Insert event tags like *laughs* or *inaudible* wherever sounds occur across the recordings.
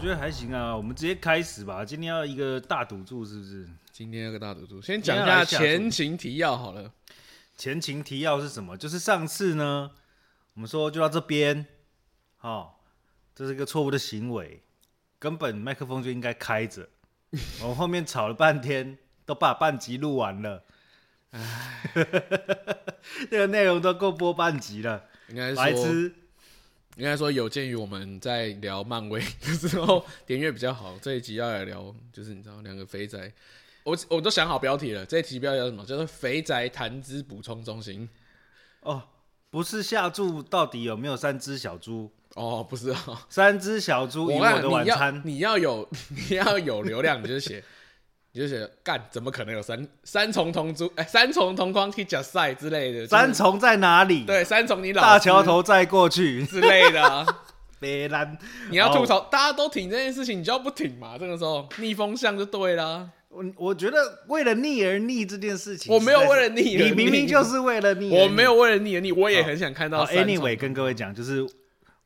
觉得还行啊，我们直接开始吧。今天要一个大赌注是不是？今天有个大赌注，先讲一下前情提要好了。前情提要是什么？就是上次呢，我们说就到这边，哦，这是一个错误的行为，根本麦克风就应该开着。我们后面吵了半天，都把半集录完了， *laughs* 唉，那个内容都够播半集了，应该白说，痴。应该说，有鉴于我们在聊漫威的时 *laughs* 候点阅比较好，这一集要来聊，就是你知道两个肥宅，我我都想好标题了，这一题标题叫什么？叫做“肥宅谈资补充中心哦，不是下注到底有没有三只小猪？”。哦，不是啊，三只小猪与我看的晚你要餐，你要有 *laughs* 你要有流量，你就写。你就写干，怎么可能有三三重同珠哎、三重同框 K 甲赛之类的？就是三重在哪里？对三重你老大师桥头再过去，之类的啊、 *laughs* 别拦。哦你要吐槽，大家都挺这件事情，你就要不挺嘛。这个时候逆风向就对啦。我我觉得为了逆而逆这件事情，我没有实在是为了逆而逆你明明就是为了逆而逆，我没有为了逆而逆，我也很想看到嗯好。三重。 Anyway，跟各位讲，就是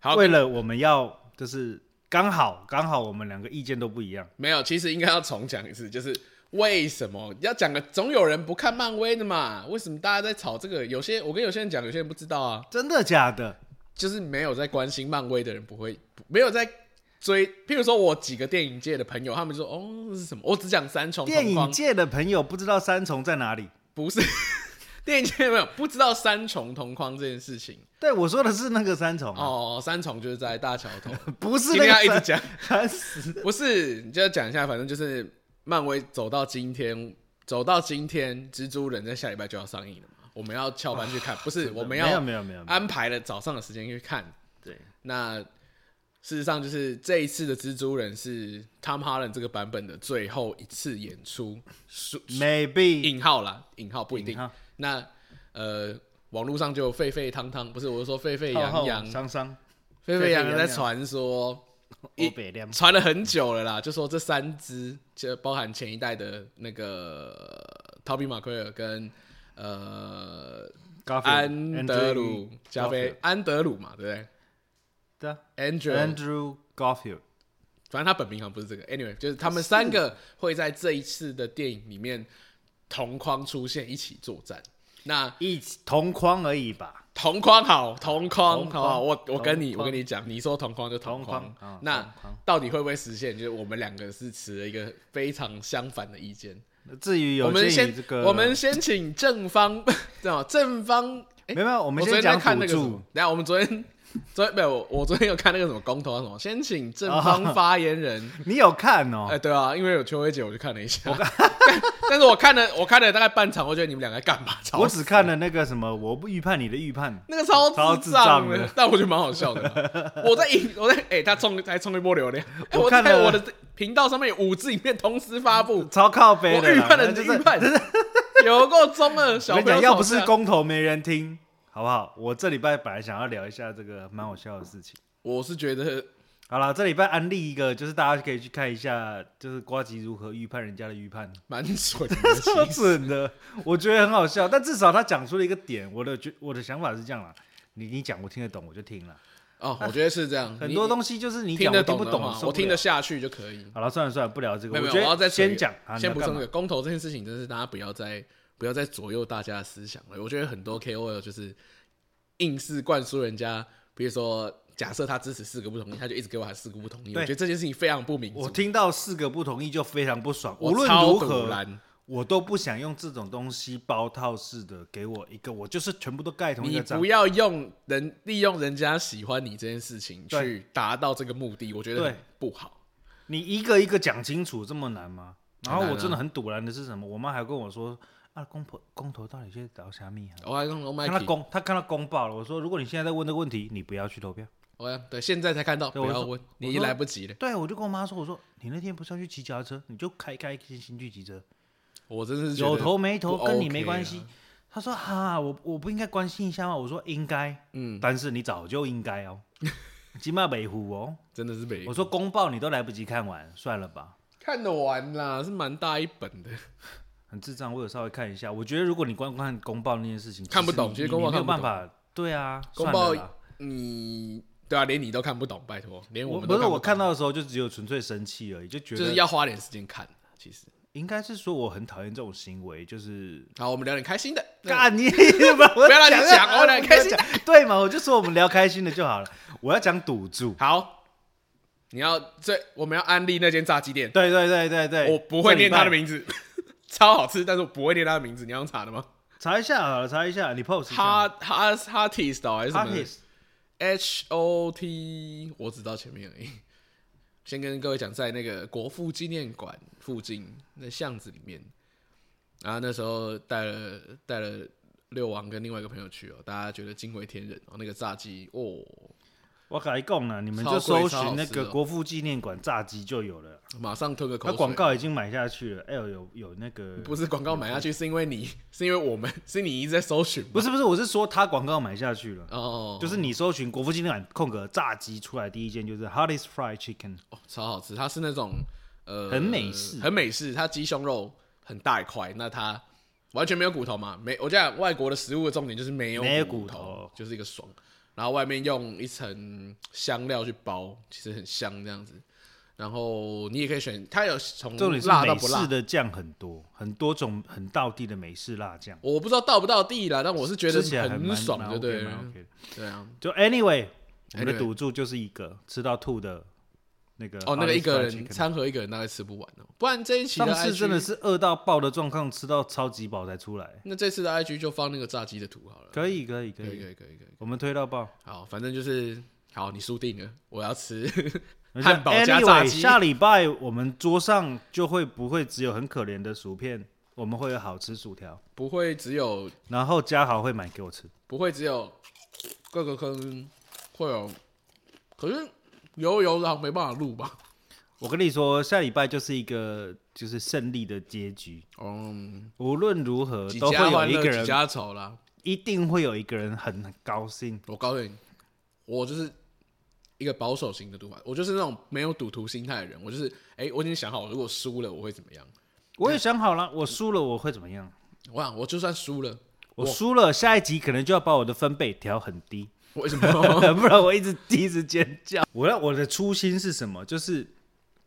好，为了我们要，就是刚好刚好我们两个意见都不一样。没有，其实应该要重讲一次，就是为什么要讲个总有人不看漫威的嘛？为什么大家在吵这个？有些我跟有些人讲，有些人不知道啊，真的假的？就是没有在关心漫威的人不会不没有在追。譬如说我几个电影界的朋友，他们就说哦这是什么？我只讲三重电同框影界的朋友不知道三重在哪里？不是 *laughs* 电影界没有不知道三重同框这件事情。对，我说的是那个三重啊，哦，三重就是在大桥头，不是今那个天要一直三讲，烦死。不是，你就要讲一下，反正就是漫威走到今天，走到今天，蜘蛛人在下礼拜就要上映了嘛，我们要翘班去看，不是，我们没有要啊没有没有，没有安排了早上的时间去看。对，那事实上就是这一次的蜘蛛人是 Tom Holland 这个版本的最后一次演出，说 maybe 引号啦，引号不一定引号。那呃，网络上就沸沸汤汤，不是，我是说沸沸浩扬浩扬，桑桑沸沸扬扬沸沸扬在扬传说。一欧北亮，传了很久了啦，就说这三只，就包含前一代的那个陶比马奎尔跟呃高飞安德鲁 Andrew 加菲 Garfield 安德鲁嘛，对对啊不对？Andrew， ，Andrew Garfield 反正他本名好像不是这个。Anyway，就是他们三个会在这一次的电影里面同框出现，一起作战。那一起同框而已吧，同框好，同框同好框不好？我我跟你同我框跟你讲，你说同框就同框。同框啊那同框到底会不会实现？就是我们两个是持了一个非常相反的意见。至于有我们鉴先于这个，我们先请正方，知道吗正方。诶没有没有，我我们昨先天在讲看赌那个什么注，等一下我们昨天昨天没有，我我昨天有看那个什么公投啊什么，先请正方发 *laughs* 言人。你有看哦哎、？对啊，因为有秋薇姐，我就看了一下，但但是我看了我看了大概半场，我觉得你们两个在干嘛？吵我死只看了那个什么，我不预判你的预判，那个超超智智障障的的，但我觉得蛮好笑的啦。 *laughs* 我在影，我在哎、他冲还冲一波流量。哎我我看在了我的频道上面有五支影片同时发布，超靠背我的预啦。判了那你的就是预判，有够中了，我小跟你朋友讲，要不吵是架公投没人听，好不好？我这礼拜本来想要聊一下这个蛮好笑的事情。我是觉得好了，这礼拜安利一个，就是大家可以去看一下，就是瓜吉如何预判人家的预判，蛮蠢的 *laughs* 其超实。准的，我觉得很好笑。但至少他讲出了一个点，我的觉我的想法是这样啦，你你讲我听得懂我就听了，哦，我觉得是这样，很你多东西就是你听讲得我听不的懂，话，受我不听了得下去就可以。好了，算了算了，不聊这个。没有没有，觉我得要再先讲，啊、先不补充一个公投这件事情，真是大家不要再不要再左右大家的思想了。我觉得很多 KOL 就是硬是灌输人家，比如说假设他支持四个不同意，他就一直给我喊四个不同意。我对觉得这件事情非常不民我主，听到四个不同意就非常不爽，我无论超如堵何，拦。我都不想用这种东西包套式的给我一个，我就是全部都盖同一你个章不。要用人利用人家喜欢你这件事情对去达到这个目的，我觉得对很不好。你一个一个讲清楚，这么难吗？然后很难啊我真的很堵然的是什么？我妈还跟我说啊，公婆公投到底在搞虾米啊？我还跟我麦看他克，公，他看到公报了。我说，如果你现在在问这个问题，你不要去投票。我要对现在才看到，对不我要说问，我你说来不及了。对，我就跟我妈说，我说你那天不是要去骑脚踏车，你就开开心心去骑车。我真是觉得有头没头不跟你 OK 啊没关啦系。他说：“哈、我我不应该关心一下吗？”我说：“应该，嗯，但是你早就应该 *laughs* 哦，起码北湖哦。真的是没”我说：“公报你都来不及看完，算了吧，看得完啦，是蛮大一本的。很智障。”我有稍微看一下，我觉得如果你光看公报那件事情，看不实你懂其实你公报你没有看办不法。对啊，算公了报啦你对啊，连你都看不懂，拜托，连我们不都是我看看到的时候就只有纯粹生气而已，就觉不懂，就是得要花点时间看。其实，应该是说我很讨厌这种行为，就是好，我们聊点开心的。干你 *laughs* 不不要让你讲啊我来开心心对嘛？我就说我们聊开心的就好了，我要讲赌注。好，你要最我们要安利那间炸鸡店，对对对对对，我不会这念礼拜它的，名字， *laughs* 超好吃，但是我不会念它的名字。你要用查的吗？查一下好了，查一下你 post 哈哈哈 t i s 还是什哈么 H O T？我只知道前面而已。先跟各位讲，在那个国父纪念馆附近那巷子里面，然后那时候带了带了六王跟另外一个朋友去哦，大家觉得惊为天人哦，那个炸鸡哦，我跟你讲了，你们超就贵搜超好寻那吃个的国父纪念馆炸鸡就有了，马上吞个口那水。广告已经买下去了。哎呦，有有那个不是广告买下去，是因为你，是因为我们，是你一直在搜寻吗。不是不是，我是说他广告买下去了，哦，就是你搜寻国父纪念馆空格炸鸡出来第一件就是 Hardee's Fried Chicken，哦超好吃，它是那种呃很美式很美式，它鸡胸肉很大一块，那它完全没有骨头嘛，没我讲外国的食物的重点就是没有没有骨骨头就是一个爽，然后外面用一层香料去包，其实很香这样子。然后你也可以选，它有从重点是嗯辣到美不辣式，的酱很多，很多种很道地的美式辣酱，我不知道到不到地啦，但我是觉得吃起来还很蛮爽，蛮就 OK，对蛮了 OK 的。对啊。就 anyway，我们的 Anyway 赌注就是一个吃到吐的那个哦，那个 Hardee's 一个 Fried 人 Chicken 餐盒一个人大概吃不完哦，不然这一期上的次 IG 真的是饿到爆的状况，吃到超级饱才出来。那这次的 IG 就放那个炸鸡的图好了。可以，可以，可可以，以，可以，可以，可以。我们推到爆。好，反正就是好，你输定了，我要吃 *laughs* 那就汉堡加炸 anyway，鸡。下礼拜我们桌上就会不会只有很可怜的薯片，我们会有好吃薯条，不会只有然后嘉豪会买给我吃。不会只有各个坑会有，可是油油的好像没办法录吧？我跟你说，下礼拜就是一个就是胜利的结局，嗯，无论如何几都家会有欢一乐个几人，家愁啦。一定会有一个人很高兴。我告诉你，我就是一个保守型的赌法，我就是那种没有赌徒心态的人。我就是，哎、我已经想好，如果输了我会怎么样。我也想好了，我输了我会怎么样？我想，我就算输了，我输了，下一集可能就要把我的分贝调很低。为什么？ *laughs* 不然我一直一直尖叫。我要我的初心是什么？就是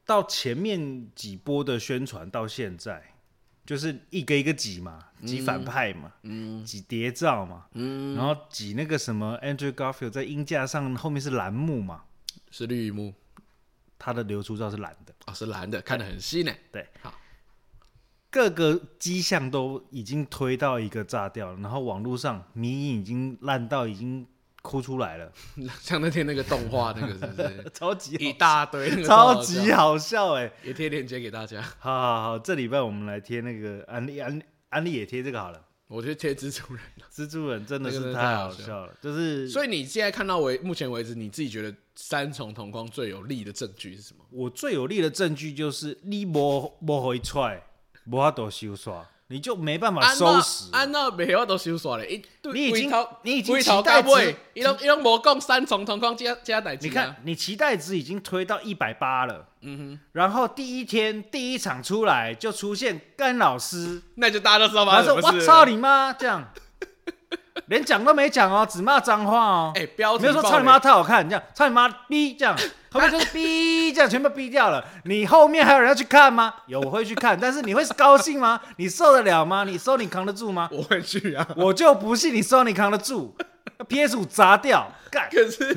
到前面几波的宣传到现在，就是一个一个挤嘛，挤反派嘛，嗯，挤谍照嘛，嗯，然后挤那个什么 Andrew Garfield 在鹰架上后面是栏目嘛， *laughs* 是绿幕他的流出照是蓝的，啊、是蓝的，看得很细呢。对，好，各个迹象都已经推到一个炸掉了，然后网络上迷影已经烂到已经哭出来了，像那天那个动画那个是不是 *laughs* 超级一大堆那个超超好笑，级好笑哎、也贴链接给大家，好好好，这礼拜我们来贴那个安利安利安利也贴这个好了。我就贴蜘蛛人。蜘蛛人真的那个是真的太太好好笑了，就是所以你现在看到为目前为止，你自己觉得三重同框最有力的证据是什么？我最有力的证据就是你摸摸回踹，摸法多修刷，你就没办法收拾。安娜没有都收耍了，一对你已经整套你已经整套期待到尾值一拢一拢无讲三重同框加加代啊你看，你期待值已经推到一百八了，嗯哼，然后第一天第一场出来就出现甘老师，那就大家都知道吧？然后说：“我操！你妈！”这样，连讲都没讲哦，只骂脏话哦。哎，标题没有说爆操你雷妈，太好看，这样操你妈逼 *laughs* 这样，后面就是逼这样，全部逼掉了。你后面还有人要去看吗？有，我会去看，但是你会是高兴吗？ *laughs* 你受得了吗？你收你扛得住吗？我会去啊。我就不信你收你扛得住，PS 五砸掉，干！可是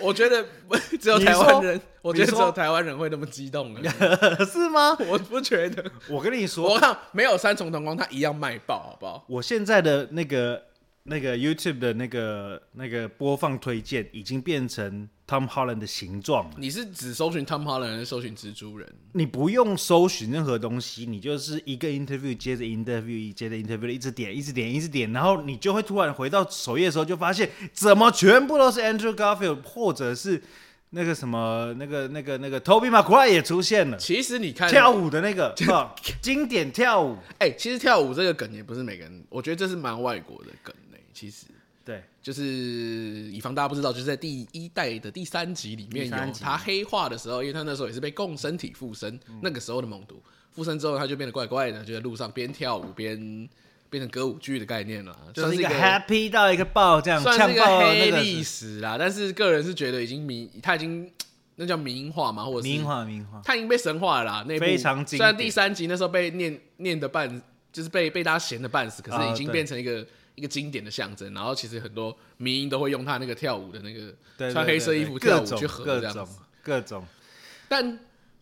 我觉得 *laughs* 只有你台湾说人，我你觉得只说有台湾人会那么激动而已。是吗？我不觉得，我跟你说，我看没有三重同框，它一样卖爆，好不好？我现在的那个那个 YouTube 的那个那个播放推荐已经变成 Tom Holland 的形状了。你是只搜寻 Tom Holland 还是搜寻蜘蛛人？你不用搜寻任何东西，你就是一个 interview 接着 interview 接着 interview，一直点一直点一直点，然后你就会突然回到首页的时候，就发现怎么全部都是 Andrew Garfield，或者是那个什么那个那个那个 Toby Maguire 也出现了，其实你看跳舞的那个是吧？经典跳舞，哎、其实跳舞这个梗也不是每个人，我觉得这是蛮外国的梗嘞、其实对，就是以防大家不知道，就是在第一代的第三集里面第三有集他黑化的时候，因为他那时候也是被共身体嗯附身，那个时候的猛毒附身之后，他就变得怪怪的，就在路上边跳舞边。变成歌舞剧的概念了，就算是一个一 happy 到一个爆，这样算呛是一爆那黑个历史啦。但是个人是觉得已经民，他已经那叫民化嘛，或者是名画名画，他已经被神化了啦。那一部非常经典虽然第三集那时候被念念的半，就是被被大家嫌的半死，可是啊已经变成一个、一个经典的象征。然后其实很多民音都会用他那个跳舞的那个对对穿黑色衣服对跳对舞各去种合各这样种子。各种。但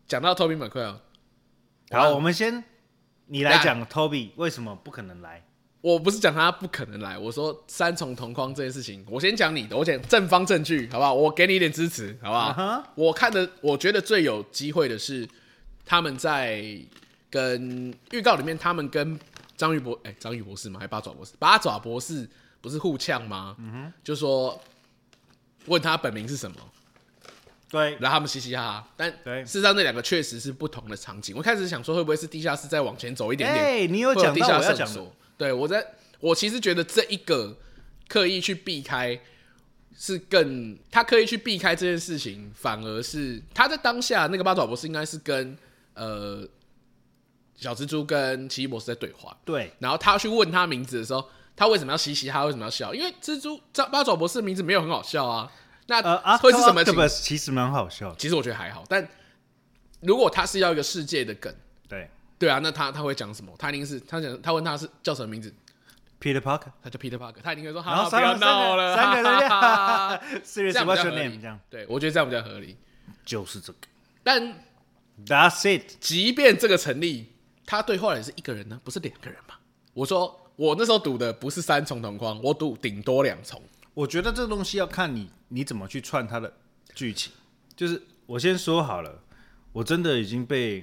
讲到 Toby McQuarrie，好，我我们先你来讲 Toby 为什么不可能来？我不是讲他不可能来，我说三重同框这件事情，我先讲你的，我讲正方证据，好不好？我给你一点支持，好不好啊哈我看的，我觉得最有机会的是他们在跟预告里面，他们跟章鱼博，哎、章鱼博士吗？还是八爪博士？八爪博士不是互呛吗？嗯哼，就说问他本名是什么，对，然后他们嘻嘻哈哈，但对事实上这两个确实是不同的场景。我开始想说，会不会是地下室再往前走一点点？哎，你有会讲地到下我要圣讲的，所。对我在，我其实觉得这一个刻意去避开是更，他刻意去避开这件事情，反而是他在当下那个八爪博士应该是跟呃小蜘蛛跟奇异博士在对话，对，然后他去问他名字的时候，他为什么要嘻嘻哈，为什么要笑？因为蜘蛛八八爪博士的名字没有很好笑啊，呃那啊，会是什么情 Octopus 其实蛮好笑的，其实我觉得还好，但如果他是要一个世界的梗，对对啊，那他他会讲什么？他一定是他讲他问他是叫什么名字， ，Peter Parker，他叫 Peter Parker，他一定会说然哈哈后不三要个闹了，三个哈哈三 *laughs* 哈哈 *laughs* 个这，Serious 样比 What's 较 Your 合 Name 这理样，。对，我觉得这样比较合理。就是这个但，That's it，即便这个成立，他对话也是一个人呢，不是两个人嘛？我说我那时候赌的不是三重同框，我赌顶多两重。我觉得这东西要看你你怎么去串它的剧情。就是我先说好了，我真的已经被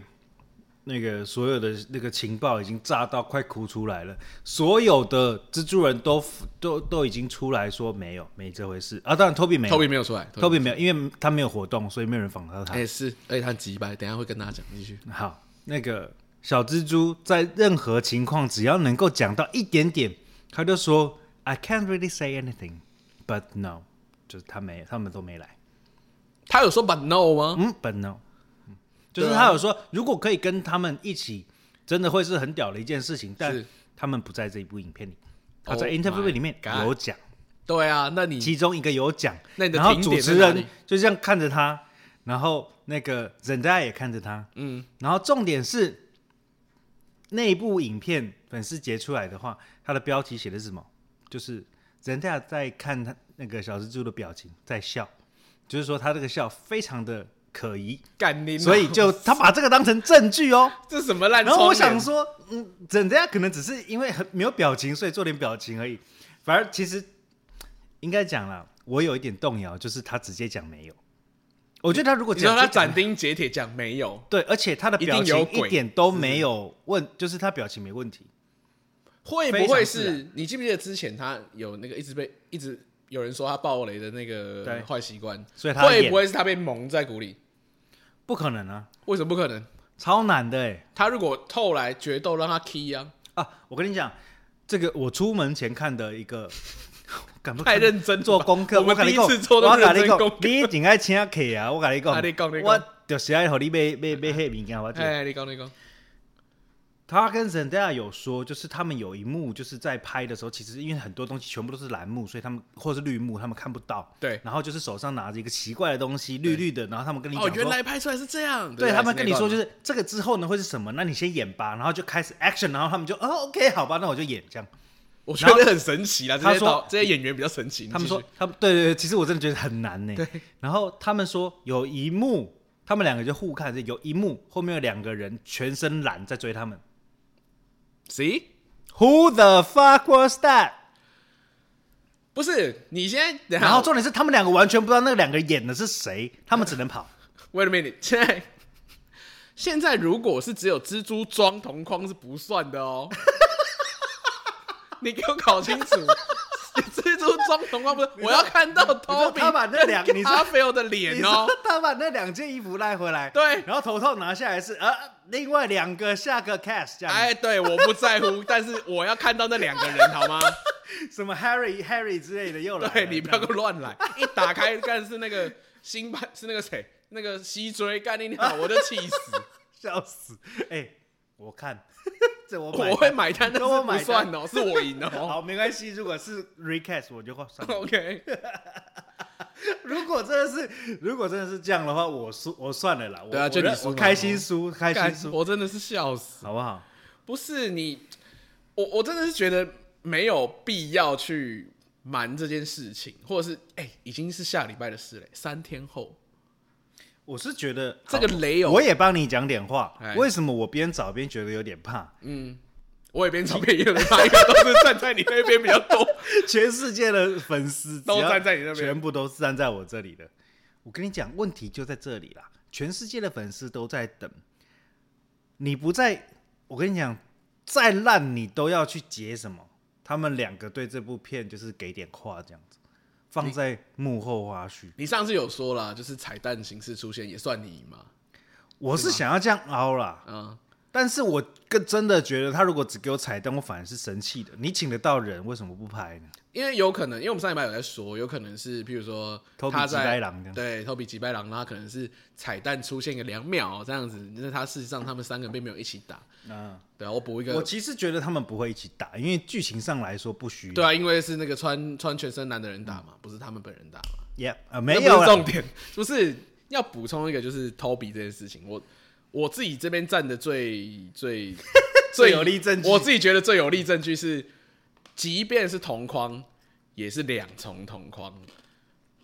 那个所有的那个情报已经炸到快哭出来了。所有的蜘蛛人都都都已经出来说没有没这回事啊，当然 Toby 没有 Toby 没有出来 Toby 没有，因为他没有活动，所以没有人访到他。也是，而且他很急白，等一下会跟大家讲继续。好，那个小蜘蛛在任何情况只要能够讲到一点点，他就说 I can't really say anything, but no，就是他没他们都没来。他有说 But no 吗？嗯，but no，嗯就是哦对啊他有说，如果可以跟他们一起，真的会是很屌的一件事情，但是他们不在这一部影片里，他 Oh 在 interview my 里面 God 有讲，对啊，那你其中一个有讲，嗯那你的然后停主点在持哪人里就这样看着他，然后那个人家也看着他，嗯，然后重点是那一部影片粉丝截出来的话，它的标题写的是什么？就是人家在看他那个小蜘蛛的表情，在笑，就是说他这个笑非常的可疑，干你，所以就他把这个当成证据哦。这什么烂？然后我想，说，嗯，人家可能只是因为很没有表情，所以做点表情而已。反而其实应该讲啦，我有一点动摇，就是他直接讲没有。我觉得他如果你说讲他就讲斩钉截铁讲没有，对，而且他的一定表情有鬼一点都没有问，就是他表情没问题。会不非会常是你记不记得之前他有那个一直被一直有人说他暴雷的对那个坏习惯？所以他会演不会是他被蒙在鼓里？不可能啊，为什么不可能？超难的哎、他如果后来决斗让他 key 啊，啊！我跟你讲，这个我出门前看的一个， *laughs* 敢不太认真了吧做功课，我们跟你第一次讲做那么我跟你认真讲功课你真爱请客啊！我跟你啊你讲讲你，讲我就是爱和你买买买迄物件，我就哎，你讲你讲，他跟 Zendaya 有说，就是他们有一幕就是在拍的时候，其实因为很多东西全部都是蓝幕，所以他们或是绿幕，他们看不到。对，然后就是手上拿着一个奇怪的东西，绿绿的，然后他们跟你讲哦，说，原来拍出来是这样，对他们跟你说就是是这个之后呢会是什么？那你先演吧，然后就开始 action，然后他们就哦 OK 好吧，那我就演这样。那一段吗，我觉得很神奇啦。这他些说导这些演员比较神奇，你他们继续说他们对对对，其实我真的觉得很难呢。 *laughs* 然后他们说有一幕，他们两个就互看，有一幕后面有两个人全身蓝在追他们。 ，see， Who the fuck was that？不是你现在，然后重点是他们两个完全不知道那两个演的是谁，他们只能 *laughs* 跑。 Wait a minute，现在现在如果是只有蜘蛛装同框是不算的哦。 *laughs* 你给我搞清楚，蜘蛛装同框 *laughs* 不是？我要看到道 Toby 他把那两你跟说 Garfield 的你脸说。哦他把那两件衣服带回来，对然后头套拿下来是呃，另外两个下个 cast 这样子，哎，对，我不在 *laughs* 乎，但是我要看到那两个人，好吗？什么 Harry Harry 之类的又来了，对，你不要这给样我乱来！一打开，干是那个新版，是那个谁，那个西追，干你好，我就气死。笑死，哎，我看 *laughs* 这 *laughs* 我买我会买单，跟但是我不买单算哦，是我赢哦。 *laughs* 好，没关系。如果是 recast，我就会算了。 OK，如果真的是，如果真的是这样的话，我输，我算了啦。我对啊我就你认输我嘛开心输，开心干输，我真的是笑死。好不好？不是你，我我真的是觉得没有必要去瞒这件事情，或者是哎、已经是下礼拜的事嘞，三天后我是觉得这个雷好有，我也帮你讲点话哎。为什么我边找边觉得有点怕？我也边找边也有人骂，因为都是站在你那边比较多。 *laughs* 全世界的粉丝都只要站在你那边全部都是站在我这里的。我跟你讲，问题就在这里啦，全世界的粉丝都在等，你不在，我跟你讲，再烂你都要去截什么？他们两个对这部片就是给点话这样子，放在幕后花絮。你上次有说啦，就是彩蛋形式出现也算你赢嘛，我是想要这样凹啦，啊、但是我更真的觉得他如果只给我彩蛋，我反而是生气的。你请得到人，为什么不拍呢？因为有可能，因为我们上礼拜有在说，有可能是譬如说偷他比吉在白狼这样。对，偷比吉白狼，他可能是彩蛋出现个两秒这样子，那他事实上他们三个并没有一起打，嗯。对啊，我补一个我其实觉得他们不会一起打，因为剧情上来说不需要。对啊，因为是那个穿穿全身男的人打嘛，不是他们本人打嘛， y 呃，没有那不是啦重点，不是要补充一个就是 Toby 这件事情，我我自己这边站的最 *laughs* 最最有力证据我自己觉得最有力证据是，即便是同框，也是两重同框。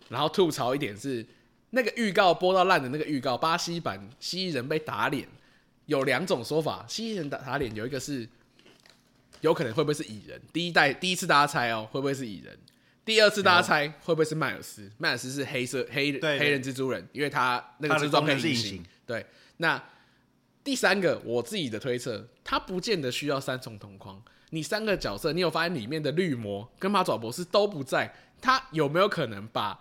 然后吐槽一点是，那个预告播到烂的那个预告，巴西版蜥蜴人被打脸，有两种说法，蜥蜴人打打脸有一个是。有可能会不会是蚁人？第一代第一次大家猜哦，会不会是蚁人？第二次大家猜会不会是迈尔斯？迈尔斯是黑色黑人对对黑人蜘蛛人，因为他那个他的蜘蛛功可能以是隐隐形形。对，那第三个我自己的推测，他不见得需要三重同框。你三个角色，你有发现里面的绿魔跟八爪博士都不在，他有没有可能把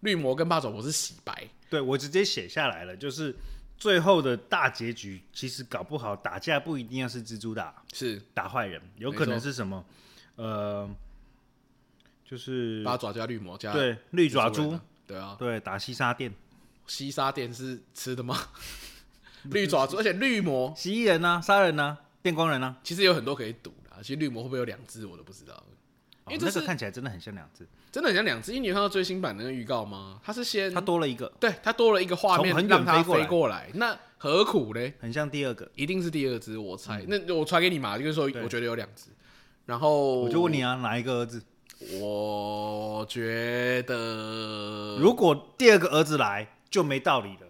绿魔跟八爪博士洗白？对我直接写下来了，就是最后的大结局，其实搞不好打架不一定要是蜘蛛打是打坏人，有没可能错是什么，呃，就是八爪加绿魔加对绿爪蜘蛛人猪啊，对啊，对打西沙店西沙店是吃的吗？ *laughs* 绿爪猪，而且绿魔蜥蜴人呐、杀人呐、电光人呐、其实有很多可以赌啦。其实绿魔会不会有两只，我都不知道，哦因为这那是个看起来真的很像两只，真的很像两只。因为你有看到最新版的那个预告吗？它是先它多了一个，对它多了一个画面从很远让它飞过来飞过来，那何苦嘞？很像第二个。一定是第二只，我猜。嗯那我传给你嘛，就是说我觉得有两只。然后我就问，你啊，哪一个儿子？我觉得，如果第二个儿子来，就没道理了。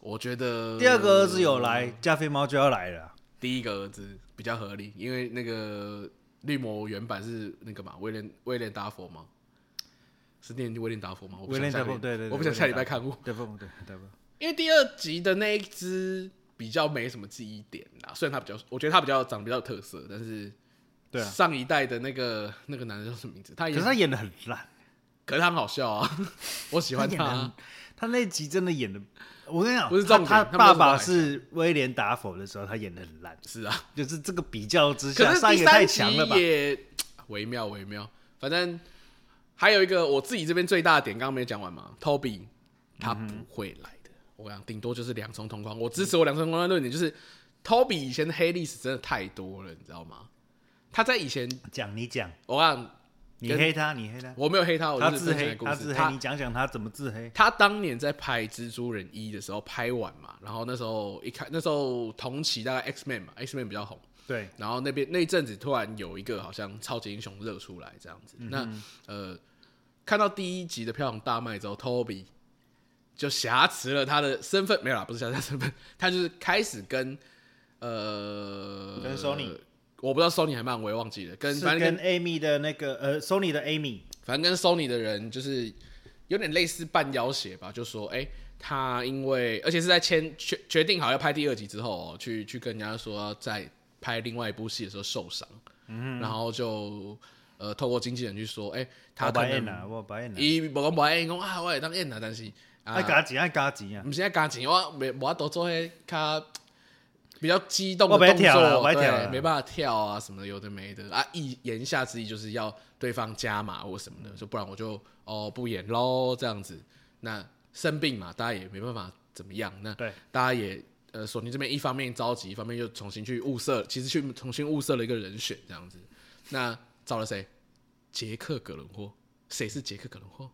我觉得第二个儿子有来，加菲猫就要来了。啊第一个儿子比较合理，因为那个绿魔原版是那个嘛，威廉威廉达佛吗？是念威廉达佛吗？我不威想廉下达礼夫，对对对，我不想下礼拜看过。对不？对对不？因为第二集的那一只比较没什么记忆点啦，虽然它比较，我觉得它比较长得比较有特色，但是对啊。上一代的那个那个男的叫什么名字？他可也是他演的很烂，可是他很好笑啊， *laughs* 我喜欢演他的啊、很，他那集真的演的，我跟你讲，不是他重点他他们爸为什么爸来是威廉达佛的时候，他演的很烂，是 *laughs* 啊，就是这个比较之可下，是上第一个三太集强了吧？也微妙微妙，反正还有一个我自己这边最大的点，刚刚没有讲完嘛，Toby 他嗯不会来的，我讲顶多就是两重同框，我支持我两重同框的论点就是，Toby 以前的黑历史真的太多了，你知道吗？他在以前，讲你讲，我讲你跟黑他，你黑他，我没有黑他，我他就是自分享一黑，个故他事。自他黑，你讲讲他怎么自黑？他当年在拍《蜘蛛人一》的时候拍完嘛，然后那时候一看，那时候同期大概 X Man 嘛，X Man 比较红，对，然后那边那一阵子突然有一个好像超级英雄热出来这样子，嗯那呃，看到第一集的票房大卖之后，Toby 就挟持了他的身份，没有啦，不是挟持他身份，他就是开始跟呃跟 Sony 我不知道 Sony 还漫威忘记了，跟是反正跟跟 Amy 的那个呃，Sony 的 Amy，反正跟 Sony 的人就是有点类似半要挟吧，就说哎、他因为而且是在签决决定好要拍第二集之后、哦，去去跟人家说在拍另外一部戏的时候受伤，嗯，然后就呃透过经纪人去说，哎、他我可白演能啊，我白演啊，伊无讲无爱讲啊，我会当演啊，但是爱啊，加钱，爱加钱啊，毋是爱加钱，我没无法度做迄较。比较激动的我不会动作，跳啦我不会对跳啦没办法跳啊，什么的，有的没的啊。意言下之意就是要对方加码或什么的，就不然我就哦不演喽这样子。那生病嘛，大家也没办法怎么样，那对大家也呃呃，索尼这边一方面着急，一方面又重新去物色，其实去重新物色了一个人选这样子。那找了谁？杰克·葛伦霍。谁是杰克·葛伦霍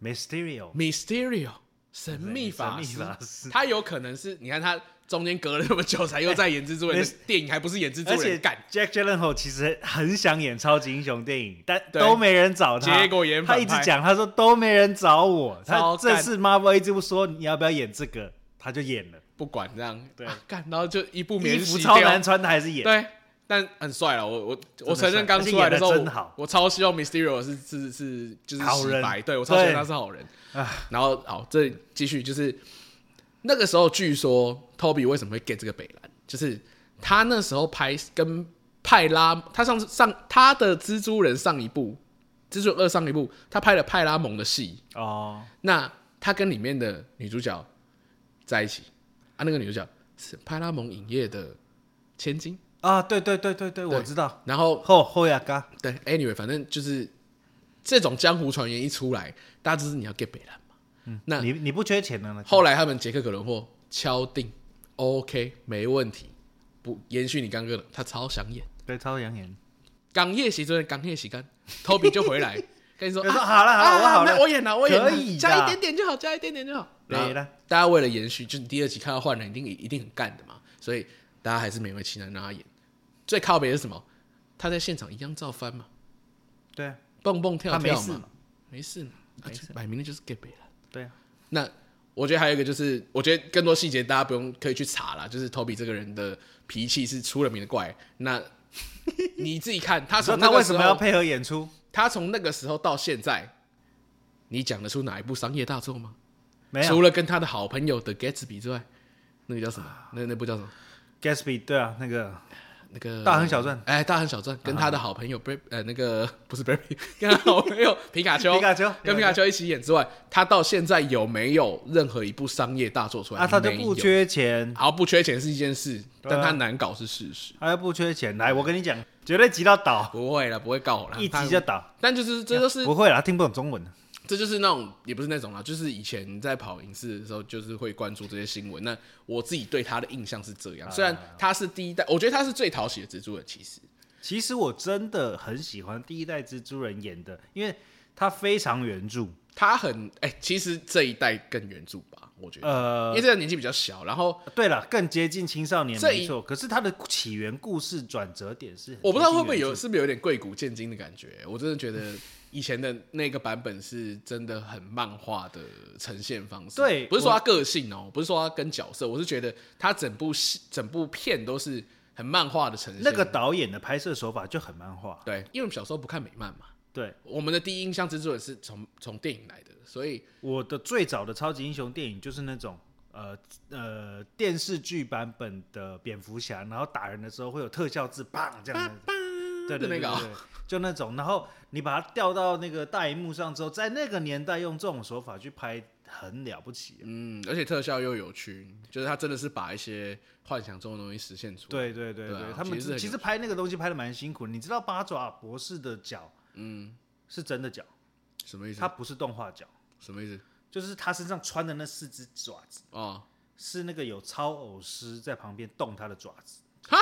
Mysterio， ？Mysterio，神秘法神师秘法师。他有可能是，你看他中间隔了那么久才又再演 *laughs* 蜘蛛人，哎电影还不是演蜘而蛛且人干？ Jack Gyllenhaal 其实很想演超级英雄电影，但对都没人找他。结果演他反派一直讲，他说都没人找我。他超这干次 Marvel 一直不说你要不要演这个，他就演了。不管这样，对啊干、然后就一部衣免服洗超掉难穿，他还是演。对，但很帅了。我我真我的承帅认刚出来的时候，而且演得真好我我超希望 Mysterio 是是是就是好人洗白，对我超希望对他是好人唉。然后好，这继续就是那个时候，据说 Toby 为什么会 get 这个北兰，就是他那时候拍跟派拉，他上次上他的蜘蛛人上一部，蜘蛛人二上一部，他拍了派拉蒙的戏，哦，那他跟里面的女主角在一起啊，那个女主角是派拉蒙影业的千金。啊，对对对对对，我知道。然后后后牙嘎，对，anyway，反正就是这种江湖传言一出来，大家知你要 get 北兰嘛。那你你不缺钱的呢？后来他们杰克·葛伦霍敲定，OK，没问题。不延续你刚刚的，他超想演对，超养眼。港夜袭，昨天港夜袭干，Toby 就回来 *laughs* 跟你说他说啊，好了好了，我啊好那了，我演了，我演了，可以的加一点点就好，加一点点就好。然后没了。大家为了延续，就是第二集看到换人，一定一定很干的嘛，所以大家还是勉为其难让他演。最靠北的是什么？他在现场一样照翻嘛，对啊蹦蹦跳他没跳事嘛嘛，没事嘛，啊没就摆明了就是 gay 北了。对啊，那我觉得还有一个就是，我觉得更多细节大家不用可以去查啦，就是 Toby 这个人的脾气是出了名的怪。 *laughs* 那你自己看，他你说从他那为个什时么要候，配合演出？他从那个时候到现在，你讲得出哪一部商业大作吗？没有除了跟他的好朋友的 Gatsby 之外，那个叫什啊么？那那部叫什么？ Gatsby，对啊，那个那个大亨小传，哎，大亨小传跟他的好朋友 b r 呃那个不是 b r *laughs* 跟他好朋友皮卡丘，皮卡丘跟皮卡丘一起演之外，他到现在有没有任何一部商业大作出来？啊，他就没有不，缺钱，好不缺钱是一件事，对啊但他难搞是事实。他就不缺钱。来，我跟你讲，绝对急到倒，不会了，不会告我了，一他急就倒。但就是这啊就是不会啦，听不懂中文的。这就是那种也不是那种啦，就是以前在跑影视的时候，就是会关注这些新闻。那我自己对他的印象是这样，虽然啊他是第一代，我觉得他是最讨喜的蜘蛛人，其实其实我真的很喜欢第一代蜘蛛人演的，因为他非常原著。他很哎、其实这一代更原著吧，我觉得，因呃为，这个年纪比较小，然后对了，更接近青少年这一没错，可是他的起源故事转折点是很我不知道会接不会近原有是不是有点贵古见今的感觉、我真的觉得以前的那个版本是真的很漫画的呈现方式，对不是说他个性哦、不是说他跟角色，我是觉得他整部戏整部片都是很漫画的呈现，那个导演的拍摄手法就很漫画。对，因为我们小时候不看美漫嘛，对，我们的第一印象蜘蛛人是从从电影来的，所以我的最早的超级英雄电影就是那种呃呃电视剧版本的蝙蝠侠，然后打人的时候会有特效字，砰这样子，对对的那对个哦对对就那种。然后你把它调到那个大荧幕上之后，在那个年代用这种手法去拍，很了不起。啊嗯，而且特效又有趣，就是他真的是把一些幻想中的东西实现出来。对对对对啊他们其实很有其实拍那个东西拍的蛮辛苦的。你知道八爪博士的脚，嗯，是真的脚，什么意思？它不是动画脚，什么意思？就是他身上穿的那四只爪子。哦，是那个有超偶师在旁边动他的爪子，哈，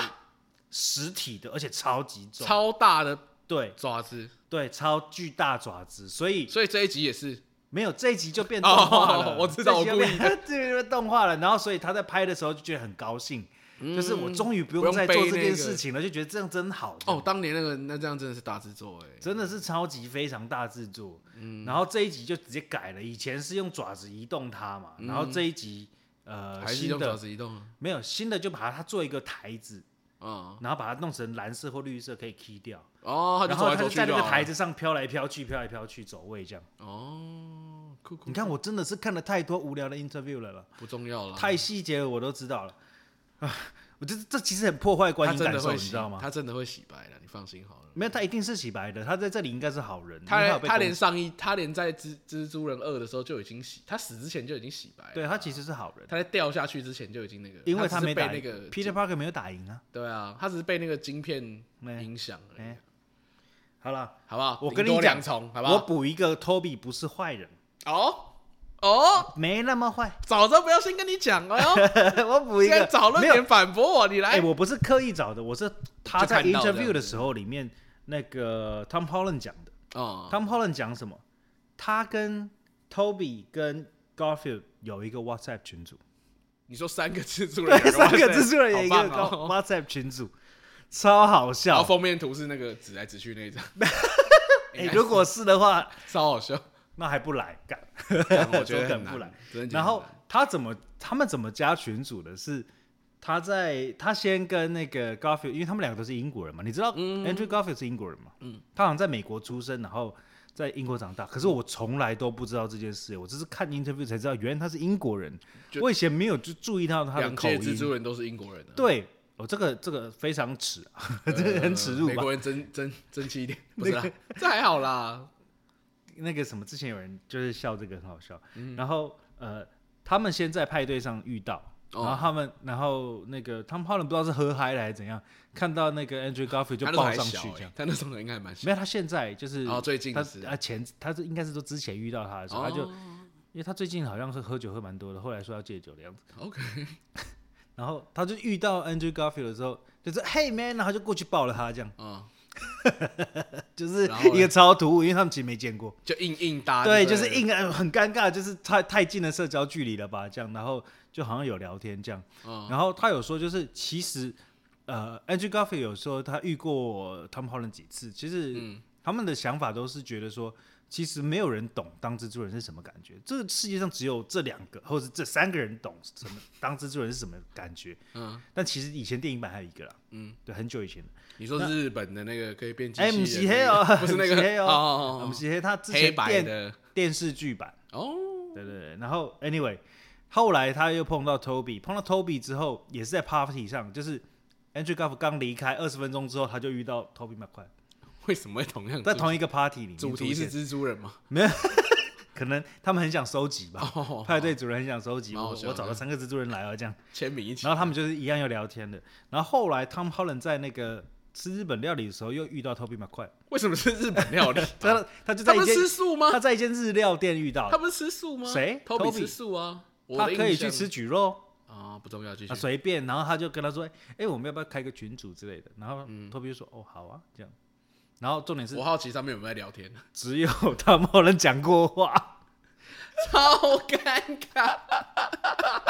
实体的，而且超级重，超大的对爪子，对，超巨大爪子，所以所以这一集也是没有这一集就变动画了。哦 *laughs* 我知道我故 *laughs* 的，意这一集就变动画了。然后所以他在拍的时候就觉得很高兴，就是我终于不用不嗯用再做背这那件个事情了，就觉得这样真好。哦，当年那个那这样真的是大制作哎、真的是超级非常大制作。嗯然后这一集就直接改了，以前是用爪子移动它嘛，然后这一集呃嗯还是新用爪的子移动啊没有新的就把它做一个台子，嗯？然后把它弄成蓝色或绿色可以 key 掉。哦，他啊然就走后来他就走去在那个好了台子上飘来飘去，飘来飘去走位这样。哦，酷酷你，看，我真的是看了太多无聊的 interview 了啦，不重要了，太细节了我都知道了。啊，我觉得这其实很破坏观他影真感的受，会你洗知道吗？他真的会洗白了，你放心好了。没有，他一定是洗白的，他在这里应该是好人。因为他有被他攻连上一他连在蜘蜘蛛人二的时候就已经洗，他死之前就已经洗白了。对他其实是好人，他在掉下去之前就已经那个，因为他只是没被打那赢个 Peter Parker 没有打赢啊。对啊，他只是被那个晶片哎影响而已啊哎，好了，好不好？我跟顶多你讲两重，好不我好？补一个，Toby 不是坏人，哦哦，没那么坏。 *laughs* 早知道不要先跟你讲哦，我补一现个在，找论没有点反驳我，你哎、来。我不是刻意找的，我是他就在看到这样 interview 的子时候里面那个 Tom Holland 讲的。哦， Tom Holland 讲什么？他跟 Toby 跟 Garfield 有一个 WhatsApp 群组，你说三个蜘蛛人， *laughs* 对，三个蜘蛛人有有一个 Go- WhatsApp 群组，超哦好然笑后。封面图是那个指来指去那一张，哎、如果是的话，超好笑，那还不来干？干我觉得梗很不难来。真的觉得很难。然后他怎么他们怎么加群组的是？他在他先跟那个 Garfield，因为他们两个都是英国人嘛，你知道嗯 Andrew Garfield 是英国人嘛？嗯，他好像在美国出生，然后在英国长大。可是我从来都不知道这件事，我只是看 interview 才知道，原来他是英国人。就我以前没有就注意到他的两口届蜘音。蛛人都是英国人的，对，哦，这个这个非常耻啊，*laughs* 呃，这个很耻辱美吧？国人争争争气一点，不是啦，这还好啦。那个什么，之前有人就是笑这个很好笑，嗯然后呃，他们先在派对上遇到，哦然后他们，然后那个 Tom Holland 不知道是喝嗨了还是怎样，看到那个 Andrew Garfield 就他那时候抱还上小去欸这样。他那时候应该还蛮小没有，他现在就是哦最近他是啊前他是应该是说之前遇到他的时候，哦他就因为他最近好像是喝酒喝蛮多的，后来说要戒酒的样子， OK，然后他就遇到 Andrew Garfield 的时候，就是 Hey man，然后就过去抱了他，这样啊，就是然后嘞一个超突兀，因为他们其实没见过。就硬硬搭，对，不就是硬呃很尴尬，就是太太近的社交距离了吧？这样，然后就好像有聊天这样。嗯然后他有说，就是其实呃，Andrew Garfield 有说他遇过 Tom Holland 几次，其实嗯他们的想法都是觉得说，其实没有人懂当蜘蛛人是什么感觉，这个世界上只有这两个或者是这三个人懂什么当蜘蛛人是什么感觉。嗯， *laughs* 但其实以前电影版还有一个啦，嗯，对，很久以前的，你说日本的那个可以变机器哎，人姆那西个黑哦，不是 *laughs* 那姆西黑个哦哦哦，哦姆哦，西黑他之黑前白电的电视剧版。哦，对对对，然后 anyway，后来他又碰到 Toby，碰到 Toby 之后，也是在 party 上，就是 Andrew Garfield 刚离开二十分钟之后，他就遇到 Toby McQuarrie，为什么会同样在嗯主同一个 party 里面主题出是现，蜘蛛人吗？可能他们很想收集吧，哦， *laughs* 派对主人很想收集，蛮我好笑的我找了三个蜘蛛人来啊这样，签名一起然后他们就是一样又聊天的，然后后来 Tom Holland 在那个吃日本料理的时候又遇到 Toby McQuarrie，为什么是日本料理？ *laughs* 他、他就 *laughs* 他在一们间吃素吗？他在一间日料店遇到他的，不是吃素吗？谁偷比 Toby 吃素啊，我他的可以印去象吃蒟肉。啊，不重要，继续啊，。随便，然后他就跟他说，哎、我们要不要开个群组之类的？然后嗯托比就说，哦，好啊，这样。然后重点是我好奇上面有没有在聊 *laughs* 天，只有他没有人讲过话。 *laughs* 超尴尬。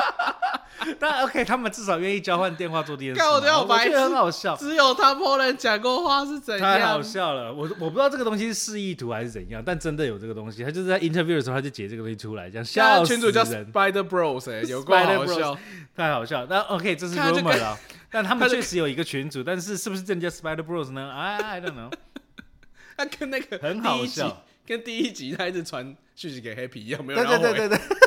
但 OK，他们至少愿意交换电话做这件事嘛，干我觉得好白觉得很痴好笑，只有他破人讲过话是怎太好样？笑了。我我不知道这个东西是示意图还是怎样，但真的有这个东西。他就是在 interview 的时候，他就截这个东西出来，这样现笑在死群主叫人， Spider Bros *laughs* 哎、有够好 Spider Bros 笑。太好笑。那 OK，这是看他就 rumor 跟了。但他们他就确实有一个群组，但是是不是真的叫 Spider Bros 呢？I I don't know。他跟那个很好第一集笑，跟第一集他一直传讯息给 Happy 一样，没有对人要对回对对对，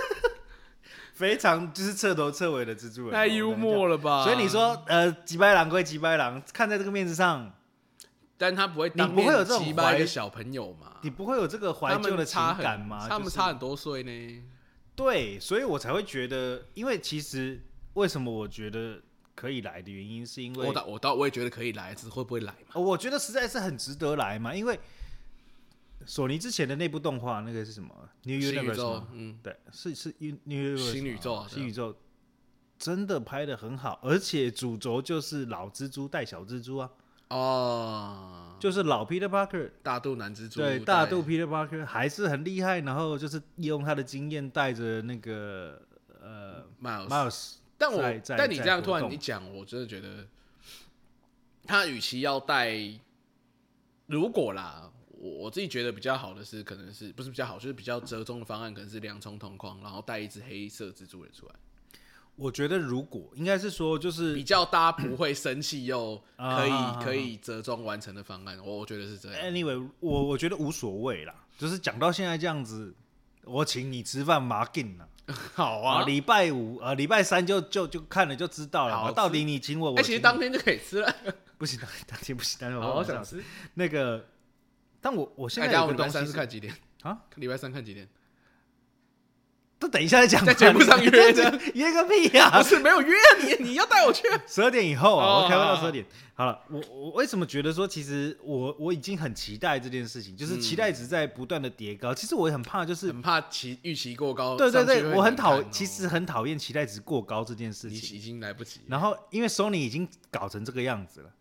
*laughs* 非常就是彻头彻尾的蜘蛛人，太幽默了。了吧？所以你，说，呃，吉白狼归吉白狼，看在这个面子上，但他不会当你不会有这种面击败一怀个小朋友嘛？你不会有这个怀他旧们的情差很感吗？他们就是差很多岁呢。对，所以我才会觉得，因为其实为什么我觉得可以来的原因，是因为我倒我倒我也觉得可以来，只是会不会来嘛？呃我觉得实在是很值得来嘛，因为索尼之前的那部动画那个是什么？New 新 Universe 宇宙吗，嗯，对，是是 U- New Universe 新宇宙吗对啊哦新宇宙真的拍的很好，而且主轴就是老蜘蛛带小蜘蛛啊，嗯哦，就是老 Peter Parker 大肚男蜘蛛，对大肚 Peter Parker 还是很厉害，然后就是用他的经验带着那个呃 Miles。 Miles，但我在在但你这在活样突然动你讲，我真的觉得他与其要带，如果啦，我我自己觉得比较好的是，可能是不是比较好，就是比较折中的方案，可能是两重同框，然后带一只黑色蜘蛛人出来，我觉得如果应该是说就是比较大家不会生气又啊可以、啊啊啊可以折中完成的方案，我我觉得是这样。 Anyway，我我觉得无所谓啦，就是讲到现在这样子，我请你吃饭麻劲了。 *laughs* 好啊，礼拜五啊，礼拜三就就就看了就知道了嘛。好吃到底你请我，哎、我其实请当天就可以吃了，你不行，当当天不行，当天我好晚想上吃。那个。但我我现哎在等一下有我个东们礼拜西三是 *laughs* 是看几点啊？礼拜三看几点？都等一下再讲吧。在节目 *laughs* 上你约这着样子约个屁呀、不是没有约你，你要带我去。 *laughs* 十二点以后啊，哦我开会到十好二点。好了，我我为什么觉得说，其实我我已经很期待这件事情，就是期待值在不断的叠高。其实我也很怕，就是 *laughs* 嗯很怕期预期过高，对对上去对，会我很难讨看，哦其实很讨厌期待值过高这件事你情。已经来不及了。然后因为 Sony 已经搞成这个样子了，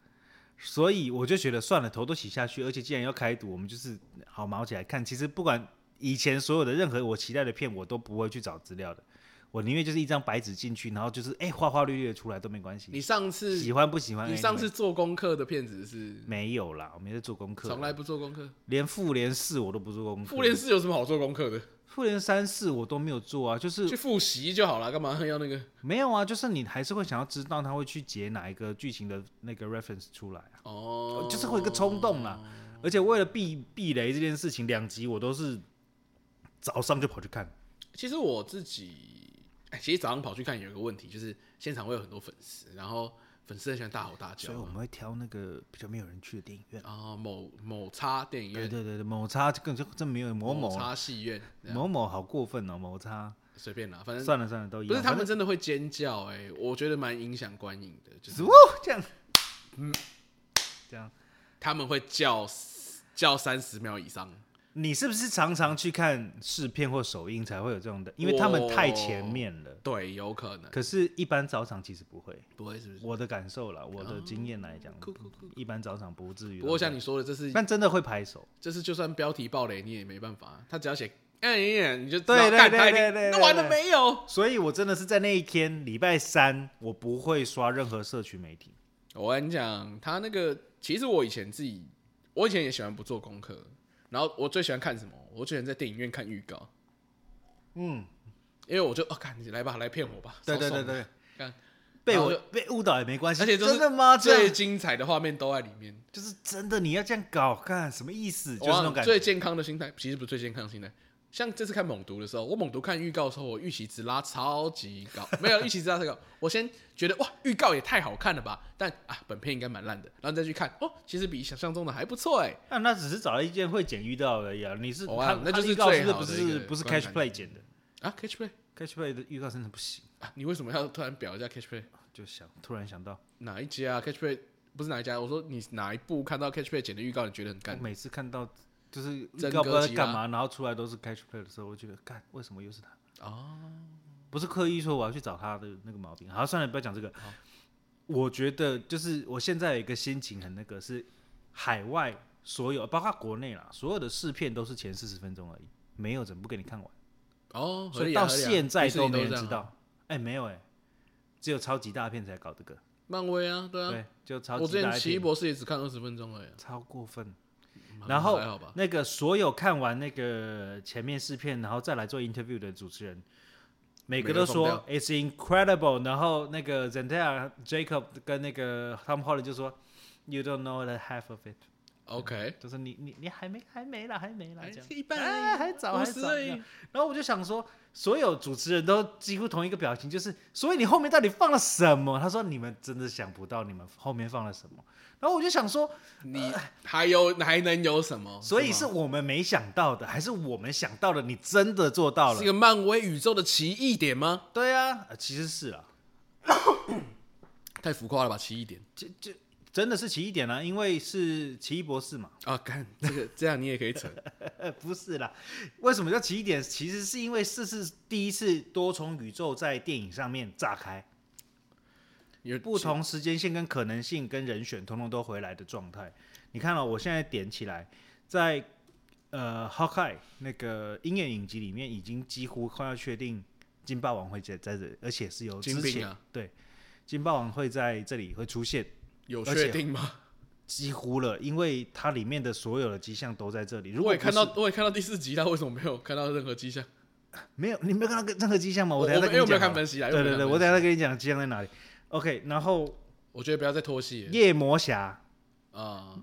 所以我就觉得算了，头都洗下去，而且既然要开赌，我们就是好毛起来看。其实不管以前所有的任何我期待的片，我都不会去找资料的，我宁愿就是一张白纸进去，然后就是哎、花花绿绿的出来都没关系。你上次喜欢不喜欢？你上 anyway 次做功课的片子是没有啦，我没在做功课，从来不做功课，连复联四我都不做功课，复联四有什么好做功课的？复联三四我都没有做啊，就是去复习就好了，干嘛要那个？没有啊，就是你还是会想要知道他会去解哪一个剧情的那个 reference 出来。哦，就是会有一个冲动啦。而且为了避避雷这件事情，两集我都是早上就跑去看。其实我自己，哎，其实早上跑去看有一个问题，就是现场会有很多粉丝，然后粉丝很喜欢大吼大叫所以我们会挑那个比较没有人去的电影院。啊、某某差电影对院、对对对，某差更就真没有某某哦差戏院，某某好过分哦，某差随便啦，反正算了算了都一样。不是他反们真的会尖叫、哎，我觉得蛮影响观影的，就是正哦这样，嗯，这样。他们会叫叫三十秒以上，你是不是常常去看试片或首映才会有这种的？因为他们太前面了。对，有可能可是，一般早场其实不会。不会是不是？我的感受啦，我的经验来讲酷酷酷，一般早场不至于。不过像你说的，这是但真的会拍手。这是就算标题爆雷你也没办法，他只要写哎呀，你就知对道对干对他一对定对那对完对了没有？所以我真的是在那一天，礼拜三，我不会刷任何社群媒体。我跟你讲，他那个其实我以前自己，我以前也喜欢不做功课，然后我最喜欢看什么？我最喜欢在电影院看预告，嗯，因为我就哦，看你来吧，来骗我吧，对超对对爽的，对，干被然后我就被误导也没关系。而且都是真的吗？啊这最样精彩的画面都在里面，就是真的，你要这样搞，看什么意思？就是我那种感觉。最健康的心态，其实不是最健康的心态。像这次看猛毒的时候，我猛毒看预告的时候，我预期值拉超级 *laughs* 高，没有预期值拉超高。我先觉得哇，预告也太好看了吧，但啊，本片应该蛮烂的，然后再去看，哦，其实比想象中的还不错哎、啊那那只是找了一件会剪遇到而已啊。你是我啊他那就他预是告最是不是好不的是一个不是观 Catch 感 Play 剪的啊，Catch Play ？Catch Play 的预告真的不行，啊，你为什么要突然表一下 Catch Play 就想突然想到，哪一家、啊、Catch Play 不是哪一家？我说你哪一部看到 Catch Play 剪的预告，你觉得很我干？每次看到就是预真告不知道哥在吉干拉嘛，然后出来都是 Catch Play 的时候，我觉得干为什么又是他？哦，不是刻意说我要去找他的那个毛病。好，算了，不要讲这个。哦我觉得就是我现在有一个心情很那个，是海外所有包括国内啦，所有的试片都是前四十分钟而已，没有整部给你看完，哦，合所以理啊到合理啊现在迪士尼都没这人样知啊道。哎、没有哎、只有超级大片才搞这个，漫威啊，对啊，对，就超我级之大前奇异片，博士也只看二十分钟而已啊、超过分。嗯然后还好吧。那个所有看完那个前面试片，然后再来做 interview 的主持人，每个都每说个 it's incredible。然后那个 Zendaya、Jacob 跟那个 Tom Holland 就说 you don't know the half of it， OK，就是你你你还没还没啦，还没啦，这样。一哎，还早还早。这样然后我就想说，所有主持人都几乎同一个表情，就是所以你后面到底放了什么？他说你们真的想不到你们后面放了什么。然后我就想说，你还有还能有什么？所以吗是我们没想到的，还是我们想到的？你真的做到是了一？个漫威宇宙的奇异点吗？对啊，呃其实是啊，太浮夸了吧，奇异点这这真的是奇异点啊，因为是奇异博士嘛。 *laughs* 啊！看这个，这样你也可以 *laughs* 扯。呃，不是啦，为什么叫奇异点？其实是因为这是第一次多重宇宙在电影上面炸开，有不同时间线跟可能性跟人选，通通都回来的状态。你看了、哦我现在点起来，在呃《Hawkeye》那个鹰眼影集里面，已经几乎快要确定金霸王会在在这，而且是由之金前兵啊，对金霸王会在这里会出现，有而且确定吗？几乎了，因为它里面的所有的迹象都在这里。如我果也看不是到，我也看到第四集，他为什么没有看到任何迹象？没有，你没有看到任何迹象吗？我等一下再因跟为我你没讲好有看了。分析啊。因为对对没对，有看我分析等一下再跟你讲迹象在哪里。OK，然后我觉得不要再拖戏了夜魔侠啊！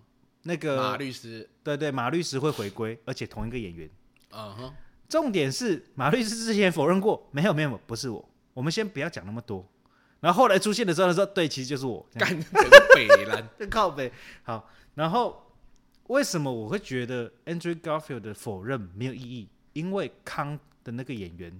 那马个，律师对对，马律师会回归，而且同一个演员。啊哈，重点是马律师之前否认过，没有没有，不是我。我们先不要讲那么多。然后后来出现的时候，他说：“对，其实就是我。”这样干整个北 *laughs* 兰就靠北。好，然后为什么我会觉得 Andrew Garfield 的否认没有意义？因为康的那个演员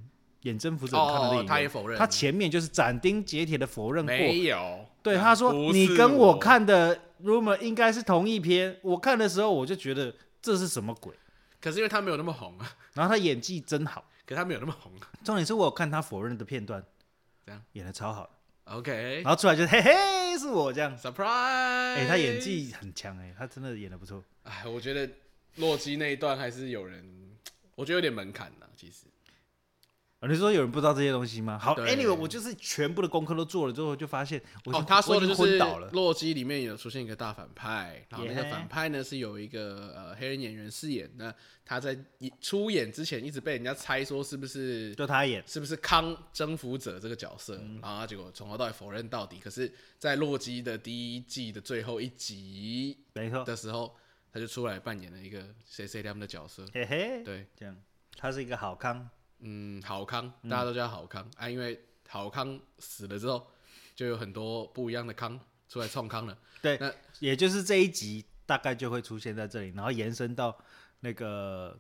演征服者哦看的电影，他也否认他前面就是斩钉截铁的否认过。没有，对，他说不是你跟我我看的 rumor 应该是同一篇。我看的时候我就觉得这是什么鬼，可是因为他没有那么红啊，然后他演技真好。可他没有那么红啊。重点是我有看他否认的片段，怎样演的超好， OK，surprise，、然后出来就嘿嘿是我这样。哎、哎他演，技很强哎、他真的演的不错。哎，我觉得洛基那一段还是有人，我觉得有点门槛呐、其实啊你说有人不知道这些东西吗？好对，Anyway，我就是全部的功课都做了之后，就发现我已经、哦，他说的就我已是经昏倒了。洛基里面有出现一个大反派，然后那个 Yeah 反派呢是有一个呃黑人演员饰演，那他在一出演之前一直被人家猜说是不是就他演，是不是康征服者这个角色，嗯然后他结果从头到尾否认到底。可是，在洛基的第一季的最后一集没错，的时候，他就出来扮演了一个谁谁他们的角色。嘿嘿，对，这样，他是一个好康，嗯，好康，大家都叫他好康、啊，因为好康死了之后，就有很多不一样的康出来创康了。对那，也就是这一集大概就会出现在这里，然后延伸到那个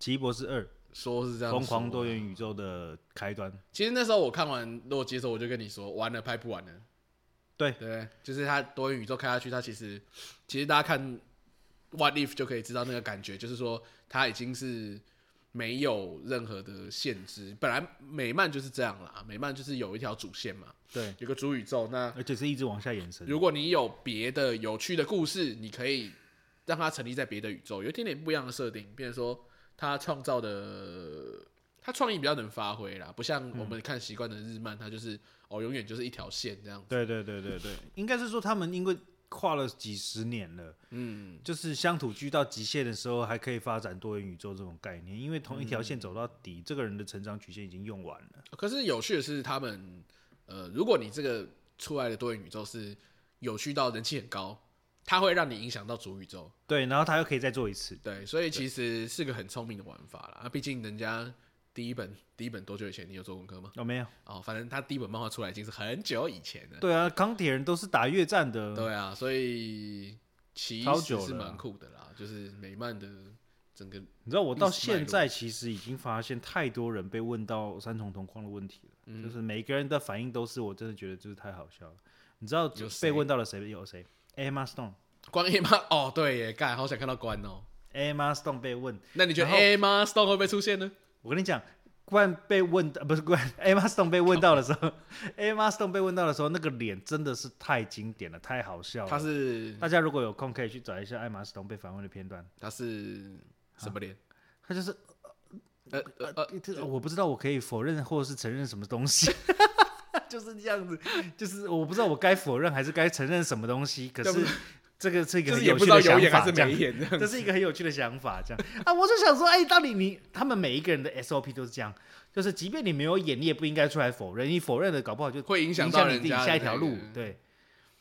《奇异博士二：说是这样，疯狂多。元宇宙》的开端。其实那时候我看完洛基的时候，我就跟你说，完了，拍不完了。对，对，就是它多元宇宙开下去，它其实其实大家看 What If 就可以知道那个感觉，就是说它已经是没有任何的限制。本来美漫就是这样啦，美漫就是有一条主线嘛，对，有个主宇宙。那而且是一直往下延伸。如果你有别的有趣的故事，你可以让它成立在别的宇宙，有一点点不一样的设定，变成说它创造的。它创意比较能发挥啦，不像我们看习惯的日漫，它就是哦，永远就是一条线这样。对对对对对，应该是说他们因为跨了几十年了，嗯，就是乡土剧到极限的时候，还可以发展多元宇宙这种概念，因为同一条嗯线走到底，这个人的成长曲线已经用完了。可是有趣的是，他们呃，如果你这个出来的多元宇宙是有趣到人气很高，它会让你影响到主宇宙。对，然后他又可以再做一次。对，所以其实是个很聪明的玩法啦。啊，毕竟人家第一本第一本多久以前？你有做功课吗？哦，没有。哦，反正他第一本漫画出来已经是很久以前了。对啊，钢铁人都是打越战的。对啊，所以其超实久是了蛮酷的啦，就是美漫的整个你知道，我历到史脉现在其实已经发现，太多人被问到三重同框的问题了，嗯就是每个人的反应都是，我真的觉得就是太好笑了。你知道有谁被问到了谁？有谁？Emma Stone，Emma 光 A 妈 *laughs* 哦，对耶，干好想看到关哦。 Stone 被问，那你觉得然后 A 妈 Stone 会不会出现呢？我跟你讲，冠被问呃到不是冠 *laughs* Emma Stone 被问到的时候，Emma Stone 被问到的时候，那个脸真的是太经典了，太好笑他了。是大家如果有空可以去找一下艾玛斯通被访问的片段，他是什么脸？他就是哦呃呃呃，这我不知道我可以否认或者是承认什么东 *laughs* 西，就是这样子，就是我不知道我该否认还是该承认什么东西，可要不是这个是一个就是很也有不趣知道的有想眼还法，是这没样。眼这 *laughs* 样。这是一个很有趣的想法，这样啊，我就想说，哎、到底你他们每一个人的 SOP 都是这样，就是即便你没有演，你也不应该出来否认，你否认了，搞不好就会影影响响到你人自己家的下一条那个路，对，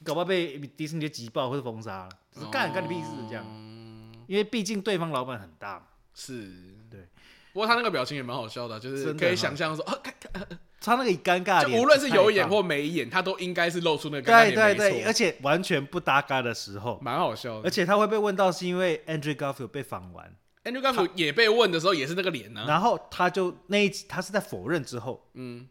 搞不好被迪士尼就挤爆或者封杀了，就是干干你屁事这哦样，因为毕竟对方老板很大嘛，是，对。不过他那个表情也蛮好笑的，啊就是真的可哈以想象说，啊，看他那个尴尬的就脸无论是太有眼棒或没眼，他都应该是露出那个尴对尬脸对没对，错而且完全不搭嘎的时候，蛮好笑而的。且他会被问到是因为 Andrew Garfield 被访完， Andrew Garfield 也被问的时候也是那个脸呢，然后他就那一集他是在否认之后，嗯，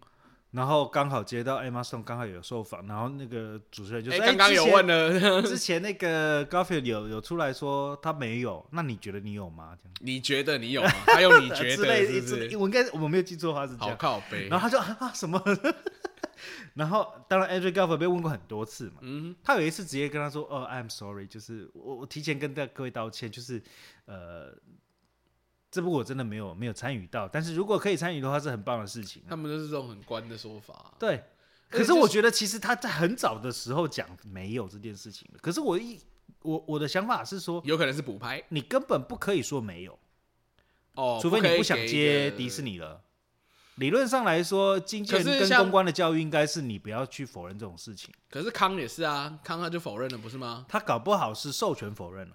然后刚好接到 Emma Stone 刚好有受访，然后那个主持人就哎，说，哎刚刚有问，之了，前 *laughs* 之前那个 Garfield 有有出来说他没有，那你觉得你有吗？这样 *laughs* 你觉得你有 *laughs* 吗？他用你觉之得类是不之类是？我应该我没有记错，他是这好样，靠背然，后他就啊啊什么。 *laughs* 然后，当然，Andrew Garfield 被问过很多次嘛。嗯，他有一次直接跟他说：“哦，I'm sorry，就是我我提前跟大各位道歉，就是呃，这部我真的没有没有参与到，但是如果可以参与的话，是很棒的事情啊、他们就是这种很官的说法。对，而且可是嗯呃就是我觉得其实他在很早的时候讲没有这件事情了，可是我一我我的想法是说，有可能是补拍你根本不可以说没有，哦，除非可以你不想给一接个迪士尼了。理论上来说，经纪人可是跟像公关的教育应该是你不要去否认这种事情，可是康也是啊，康他就否认了，不是吗？他搞不好是授权否认了。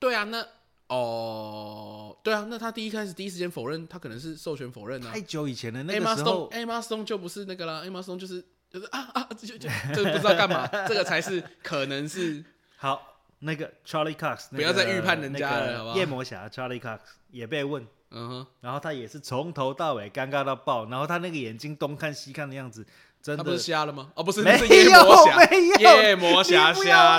对啊，那哦，对啊，那他第一开始第一时间否认，他可能是授权否认啊太。久以前了，那 Emma 个时候 Stone，Emma Stone 哎就不是那个啦，Emma Stone 就是就是啊啊，就就就不知道 *laughs* 干嘛，这个才是可能是好，那个 Charlie Cox，、那个、不要再预判人家那了个好不好夜魔侠 Charlie Cox 也被问，嗯哼，然后他也是从头到尾尴尬到爆，然后他那个眼睛东看西看的样子，真他不是的瞎了吗？哦，*laughs* 不是，没那是夜魔侠，有没有夜魔侠瞎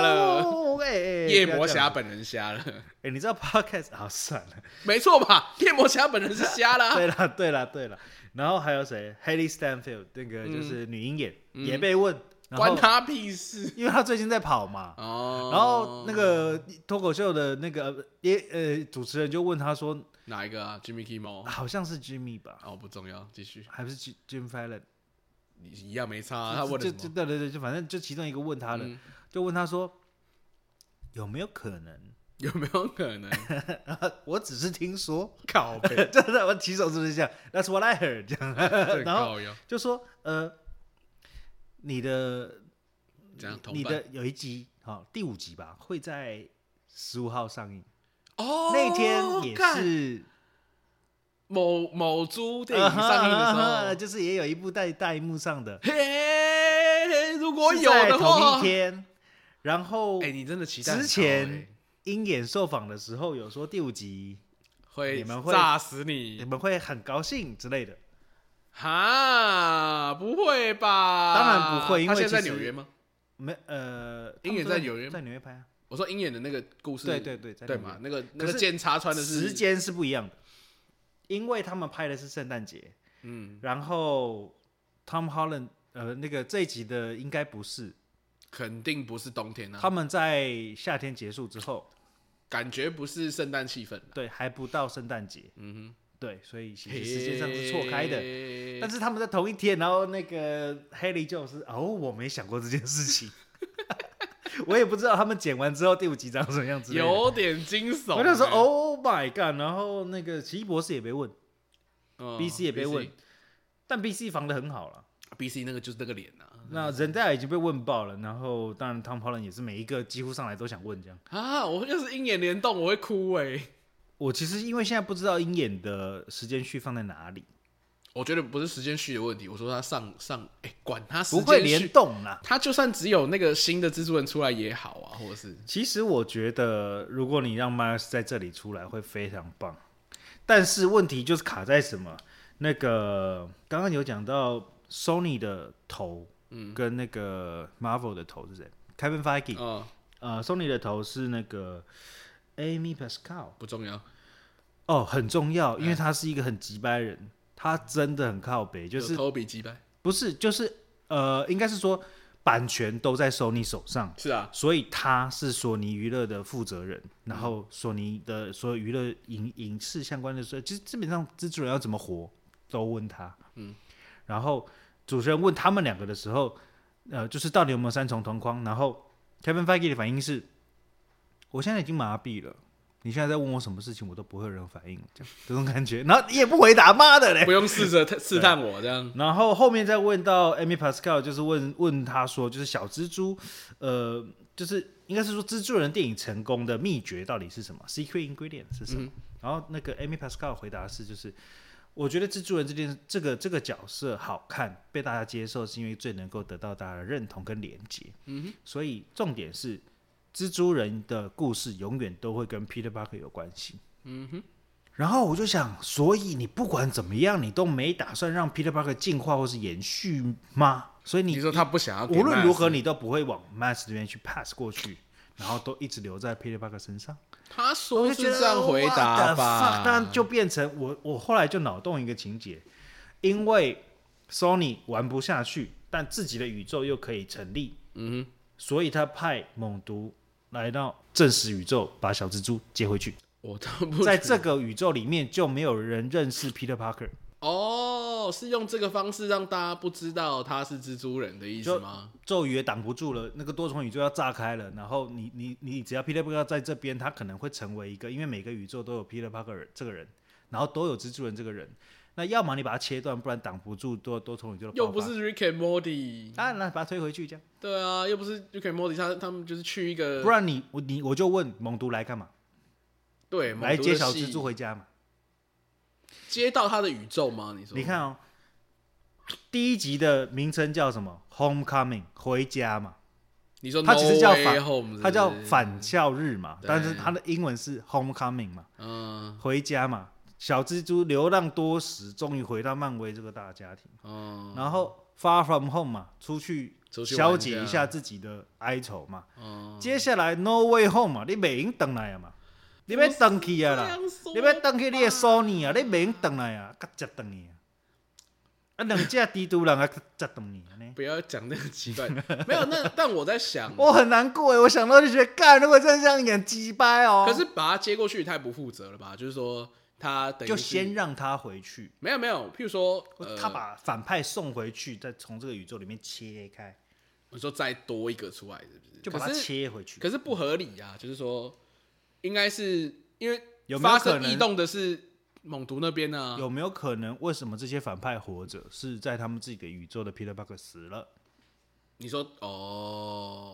*laughs* 了，。哎、哎夜魔，侠哎本人瞎了， *laughs* 不要这样哎、你知道 podcast 啊？算了，没错吧？夜魔侠本人是瞎 *laughs* 啦。对了，对了，对了。然后还有谁？Haley Stanfield 那个就是女鹰眼、也被问，然嗯关后他屁事因为他最近在跑嘛，哦。然后那个脱口秀的那个也呃主持人就问他说，哪一个啊？Jimmy Kimmel 好像是 Jimmy 吧，哦，不重要，继续，还不是 Jim- Jim Fallon？你一样没差啊。他问了就什就么？对对对，就反正就其中一个问他了，嗯就问他说有没有可能？ *laughs* 有没有可能我只是听说， *laughs* 靠背？真的，我起手是不是这样？That's what I heard，这样， *laughs* 然后后腰就说呃，你的这样同你伴的有一集，好、第五集吧，会在十五号上映，哦，那天也干是。某某租电影上映的时啊哈 *laughs* 候，就是也有一部在大荧幕上的，嘿，如果是哦有在的同话一，天。然后哎，你真的期待很高之前哎鹰眼受访的时候有说第五集会你们会炸死你你们会很高兴之类的，哈？不会吧？当然不会因为他现在在其实纽约吗？没呃，鹰眼他们都在在纽约吗在纽约拍啊，我说鹰眼的那个故事，对对对，在对纽约嘛？那个那可个是剑叉穿的是时，间是不一样的，因为他们拍的是圣诞节，嗯，然后 Tom Holland 呃那个这一集的应该不是，肯定不是冬天啊他，们在夏天结束之后，感觉不是圣诞气氛。对，还不到圣诞节，嗯对，所以其哼，实时间上是错开的。嘿但是他们在同一天，然后那个 Haley 就是哦，我没想过这件事情， *laughs* 我也不知道他们剪完之后第五集长什么样子。，有点惊悚。我就说哎 Oh my god！然后那个奇异博士也被问、嗯 b c 也被问，但 BC 防的很好了。 ，BC 那个就是那个脸啊。那人家已经被问爆了，然后当然 Tom Holland 也是每一个几乎上来都想问这样。啊！我要是鹰眼联动，我会哭哎、我其实因为现在不知道鹰眼的时间序放在哪里，我觉得不是时间序的问题，我说他上上，哎、管他时不会间联序，动啦。他就算只有那个新的蜘蛛人出来也好啊，或者是其实我觉得，如果你让 Miles 在这里出来，会非常棒。但是问题就是卡在什么？那个刚刚有讲到 Sony 的头，嗯，跟那个 Marvel 的头是谁？Kevin Feige，、嗯，呃，Sony 的头是那个 Amy Pascal。不重要，哦，很重要，因为他是一个很急掰人，他真的很靠北，就是有 Toby 击败，不是就是呃，应该是说版权都在 Sony 手上，是啊，所以他是索尼娱乐的负责人，然后索尼的所有娱乐影影视相关的事，其实基本上蜘蛛人要怎么活都问他。嗯，然后主持人问他们两个的时候，呃，就是到底有没有三重同框？然后 Kevin Feige 的反应是：我现在已经麻痹了，你现在在问我什么事情，我都不会有任何反应，这样这种感觉。然后你也不回答，妈的嘞！不 *laughs* 用试着探试探我这样，然后后面再问到 Amy Pascal，就是问问他说，就是小蜘蛛，呃，就是应该是说蜘蛛人电影成功的秘诀到底是什么？Secret ingredient 是什么？然后那个 Amy Pascal 回答是，就是我觉得蜘蛛人这件这个这个角色好看，被大家接受，是因为最能够得到大家的认同跟连接。嗯所以重点是蜘蛛人的故事永远都会跟 Peter Parker 有关系。然后我就想，所以你不管怎么样，你都没打算让 Peter Parker 进化或是延续吗？所以你你说他不想要给无论如何， Miles 你都不会往 Max 这边去 pass 过去，然后都一直留在 Peter Parker 身上。他我说就是觉得这样回答 what the 吧 fuck，，但就变成我我后来就脑洞一个情节，因为 Sony 玩不下去，但自己的宇宙又可以成立，嗯所以他派猛毒来到正史宇宙，把小蜘蛛接回去。 *laughs* 我倒不在这个宇宙里面就没有人认识 Peter Parker，哦，是用这个方式让大家不知道他是蜘蛛人的意思就吗？咒语也挡不住了，那个多重宇宙要炸开了，然后你你你只要 Peter Parker 在这边，他可能会成为一个，因为每个宇宙都有 Peter Parker 这个人，然后都有蜘蛛人这个人，那要么你把它切断，不然挡不住多多重宇宙的爆又发不是 Rick and Morty，啊，那把它推回去这样，对啊，又不是 Rick and Morty，他他们就是去一个不然你我你我就问猛毒来干嘛？对来猛毒的接小戏蜘蛛回家嘛？接到他的宇宙吗？你说？你看哦，第一集的名称叫什么？Homecoming 回家嘛。你说它 No 只是叫 Way 反 Home，是不它叫是返校日嘛，对但是它的英文是 homecoming 嘛，嗯回家嘛。小蜘蛛流浪多时，终于回到漫威这个大家庭。哦，然后 Far From Home 嘛，出去出去玩消解一一下下自己的哀愁嘛。哦，接下来 No Way Home 嘛，你袂用等来啊嘛，你要等去啊啦，你要等去你的 Sony 啊，你袂用等来啊，甲接等去啊。啊，两只蜘蛛人啊，接等你安尼。不要讲那个奇怪， *laughs* 没有那，但我在 *laughs* 想，我很难过哎，我想到就觉得，干，如果真的这样演，鸡掰哦。可是把他接过去也太不负责了吧？就是说他等于就是先让他回去，没有没有，譬如说呃，他把反派送回去，再从这个宇宙里面切开，你说再多一个出来是不是？就把可它是切回去。可是不合理呀、就是说，应该是因为有没有发可生能异动啊的是猛毒那边呢、有没有可能，为什么这些反派活着，是在他们自己的宇宙的 Peter Parker 死了，你说哦，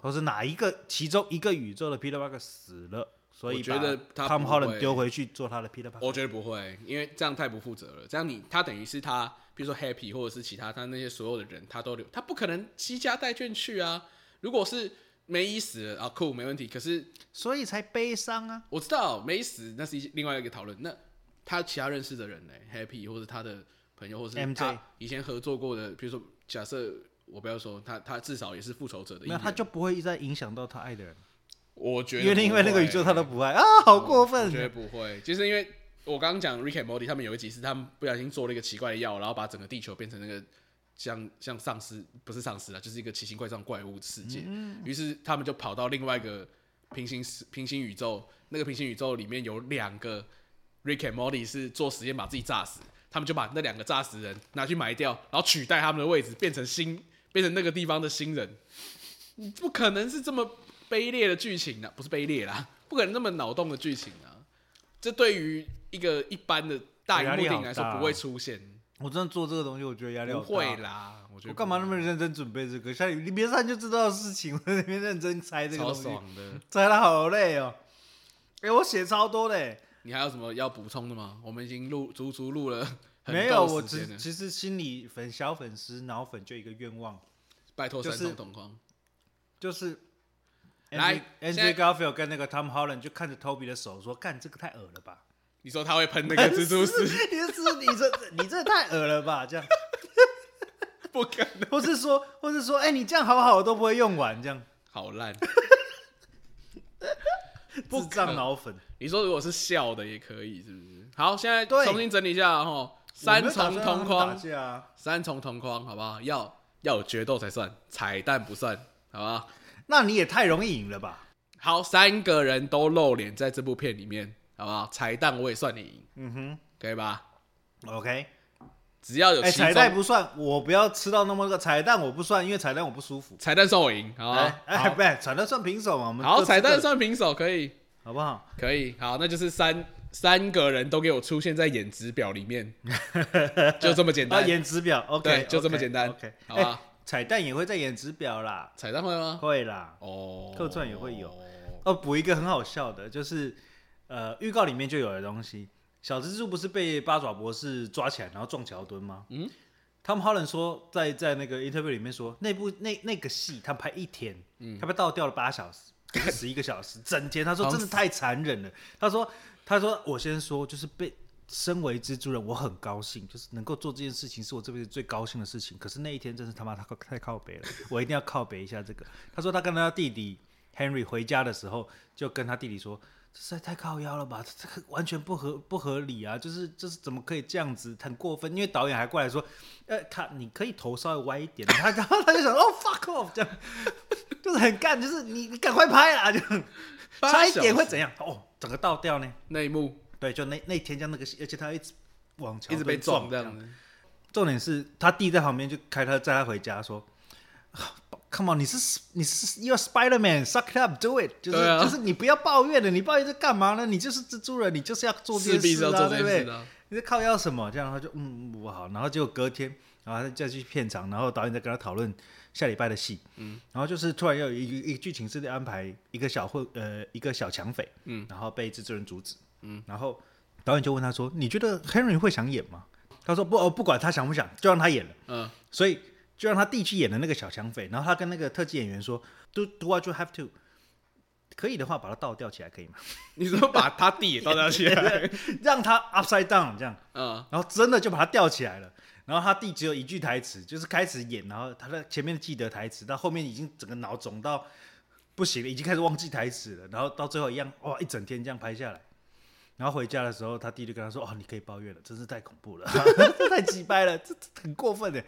或是哪一个其中一个宇宙的 Peter Parker 死了，所以我觉得把他 Tom 不 Holland 会丢回去做他的 Peter Parker。我觉得不会，因为这样太不负责了。这样你他等于是他，比如说 Happy 或者是其他他那些所有的人，他都留，他不可能惜家带眷去啊。如果是梅姨死了啊，酷没问题。可是所以才悲伤啊。我知道梅姨死那是一另外一个讨论，那他其他认识的人呢？Happy 或者他的朋友，或者是 MJ 他以前合作过的，比如说假设我不要说他，他至少也是复仇者的一那员。他就不会再影响到他爱的人，我觉得嗯因为因为那个宇宙他都不爱啊，好过我觉得分！不会，就是因为我刚刚讲 Rick and Morty 他们有一集是他们不小心做了一个奇怪的药，然后把整个地球变成那个像像丧尸不是丧尸啦，就是一个奇形怪状怪物世界。嗯于、是他们就跑到另外一个平行世平行宇宙，那个平行宇宙里面有两个 Rick and Morty 是做实验把自己炸死，他们就把那两个炸死人拿去埋掉，然后取代他们的位置，变成新变成那个地方的新人。不可能是这么卑劣的剧情的、啊不是卑劣啦，不可能那么脑洞的剧情啊！这对于一个一般的大荧幕电影来说压力好大啊不会出现，我真的做这个东西，我觉得压力好不大会啦，我觉得我不干嘛会那么认真准备这个？像你别上就知道的事情， *laughs* 我在那边认真猜这个超东西，爽的？猜的好累哦。哎、我写超多的、你还有什么要补充的吗？我们已经录足足录了很没有，够我时间只了，其实心里粉小粉丝脑粉就一个愿望，拜托就三是重同框，就是来 a n d 现 r e 在 Garfield 跟那个 Tom Holland 就看着 Toby 的手说：“干这个太恶了 *laughs* 吧你说他会喷那个蜘蛛 *laughs* 丝，你这你这你这太恶了吧？”这样，不可能，或是说，或是说，哎、你这样好好的都不会用完，这样好烂。不智障脑粉。你说如果是笑的也可以，是不是？好，现在对重新整理一下哈，我三没有打算重让他同们框打，架啊。三重同框，好不好？要要有决斗才算，彩蛋不算，好不好？那你也太容易赢了吧？好，三个人都露脸在这部片里面，好不好？彩蛋我也算你赢，嗯可以吧？哼，OK。只要有哎、其中、彩蛋不算，我不要吃到那么个彩蛋，我不算，因为彩蛋我不舒服。彩蛋算我赢，好不哦好哎哎，不，彩蛋算平手嘛，我们好，各好自各彩蛋算平手，可以，好不好？可以，好，那就是三三个人都给我出现在演职表里 *laughs* 面，就这么简啊，单。颜值表，OK，对就这么简单 OK，哎好啊吧彩蛋也会在颜值表啦，彩蛋会吗？会啦。哦，客串也会有哦，补一个很好笑的，就是呃，预告里面就有的东西，小蜘蛛不是被八爪博士抓起来，然后撞桥墩吗？嗯，他们 Holland 说在在那个 interview 里面说，那部那那个戏他们拍一天，他们倒掉了八小时，十一个小时， *laughs* 整天他说好真的太残忍了。他说他说我先说，就是被身为蜘蛛人，我很高兴，就是能够做这件事情是我这辈子最高兴的事情。可是那一天真是他妈太靠太靠北了， *laughs* 我一定要靠北一下这个。他说他跟他弟弟 Henry 回家的时候，就跟他弟弟说。这实在太靠腰了吧！这这个完全不合不合理啊！就是就是怎么可以这样子，很过分。因为导演还过来说，呃，他你可以头稍微歪一点。他然后他就想， *laughs* 哦，fuck off，这样 *laughs* 就是很干，就是你你赶快拍啦，就八差一小点会时怎样？哦，整个倒掉呢？那一幕对，就那那天这样那个戏，而且他一直往桥一直被墩撞这这样子，重点是他弟在旁边就开他载他回家说。啊 Come on，你是你是 You're Spider Man，suck it up，do it，就是、对啊就是你不要抱怨了，你抱怨这干嘛呢？你就是蜘蛛人，你就是要做这势件必是事要啊，做这对不件对事的？啊。你在靠腰什么？这样他就嗯我好，然后结果隔天，然后他再去片场，然后导演再跟他讨论下礼拜的戏，嗯，然后就是突然又有一个一个剧情是在安排一个小混呃一个小抢匪，嗯，然后被制作人阻止，嗯，然后导演就问他说：“你觉得 Henry 会想演吗？”他说：“不，哦，不管他想不想，就让他演了。”嗯，所以就让他弟去演的那个小抢匪，然后他跟那个特技演员说：“Do do what you have to。”可以的话把它倒吊起来可以吗？ *laughs* 你说把他弟也倒吊起来，让它 upside down 这样，啊嗯，然后真的就把它吊起来了。然后他弟只有一句台词，就是开始演，然后他的前面记得台词，到后面已经整个脑肿到不行了，已经开始忘记台词了。然后到最后一样，哇，一整天这样拍下来。然后回家的时候，他弟就跟他说：“哦，你可以抱怨了，真是太恐怖了，太鸡掰了，这这很过分的。”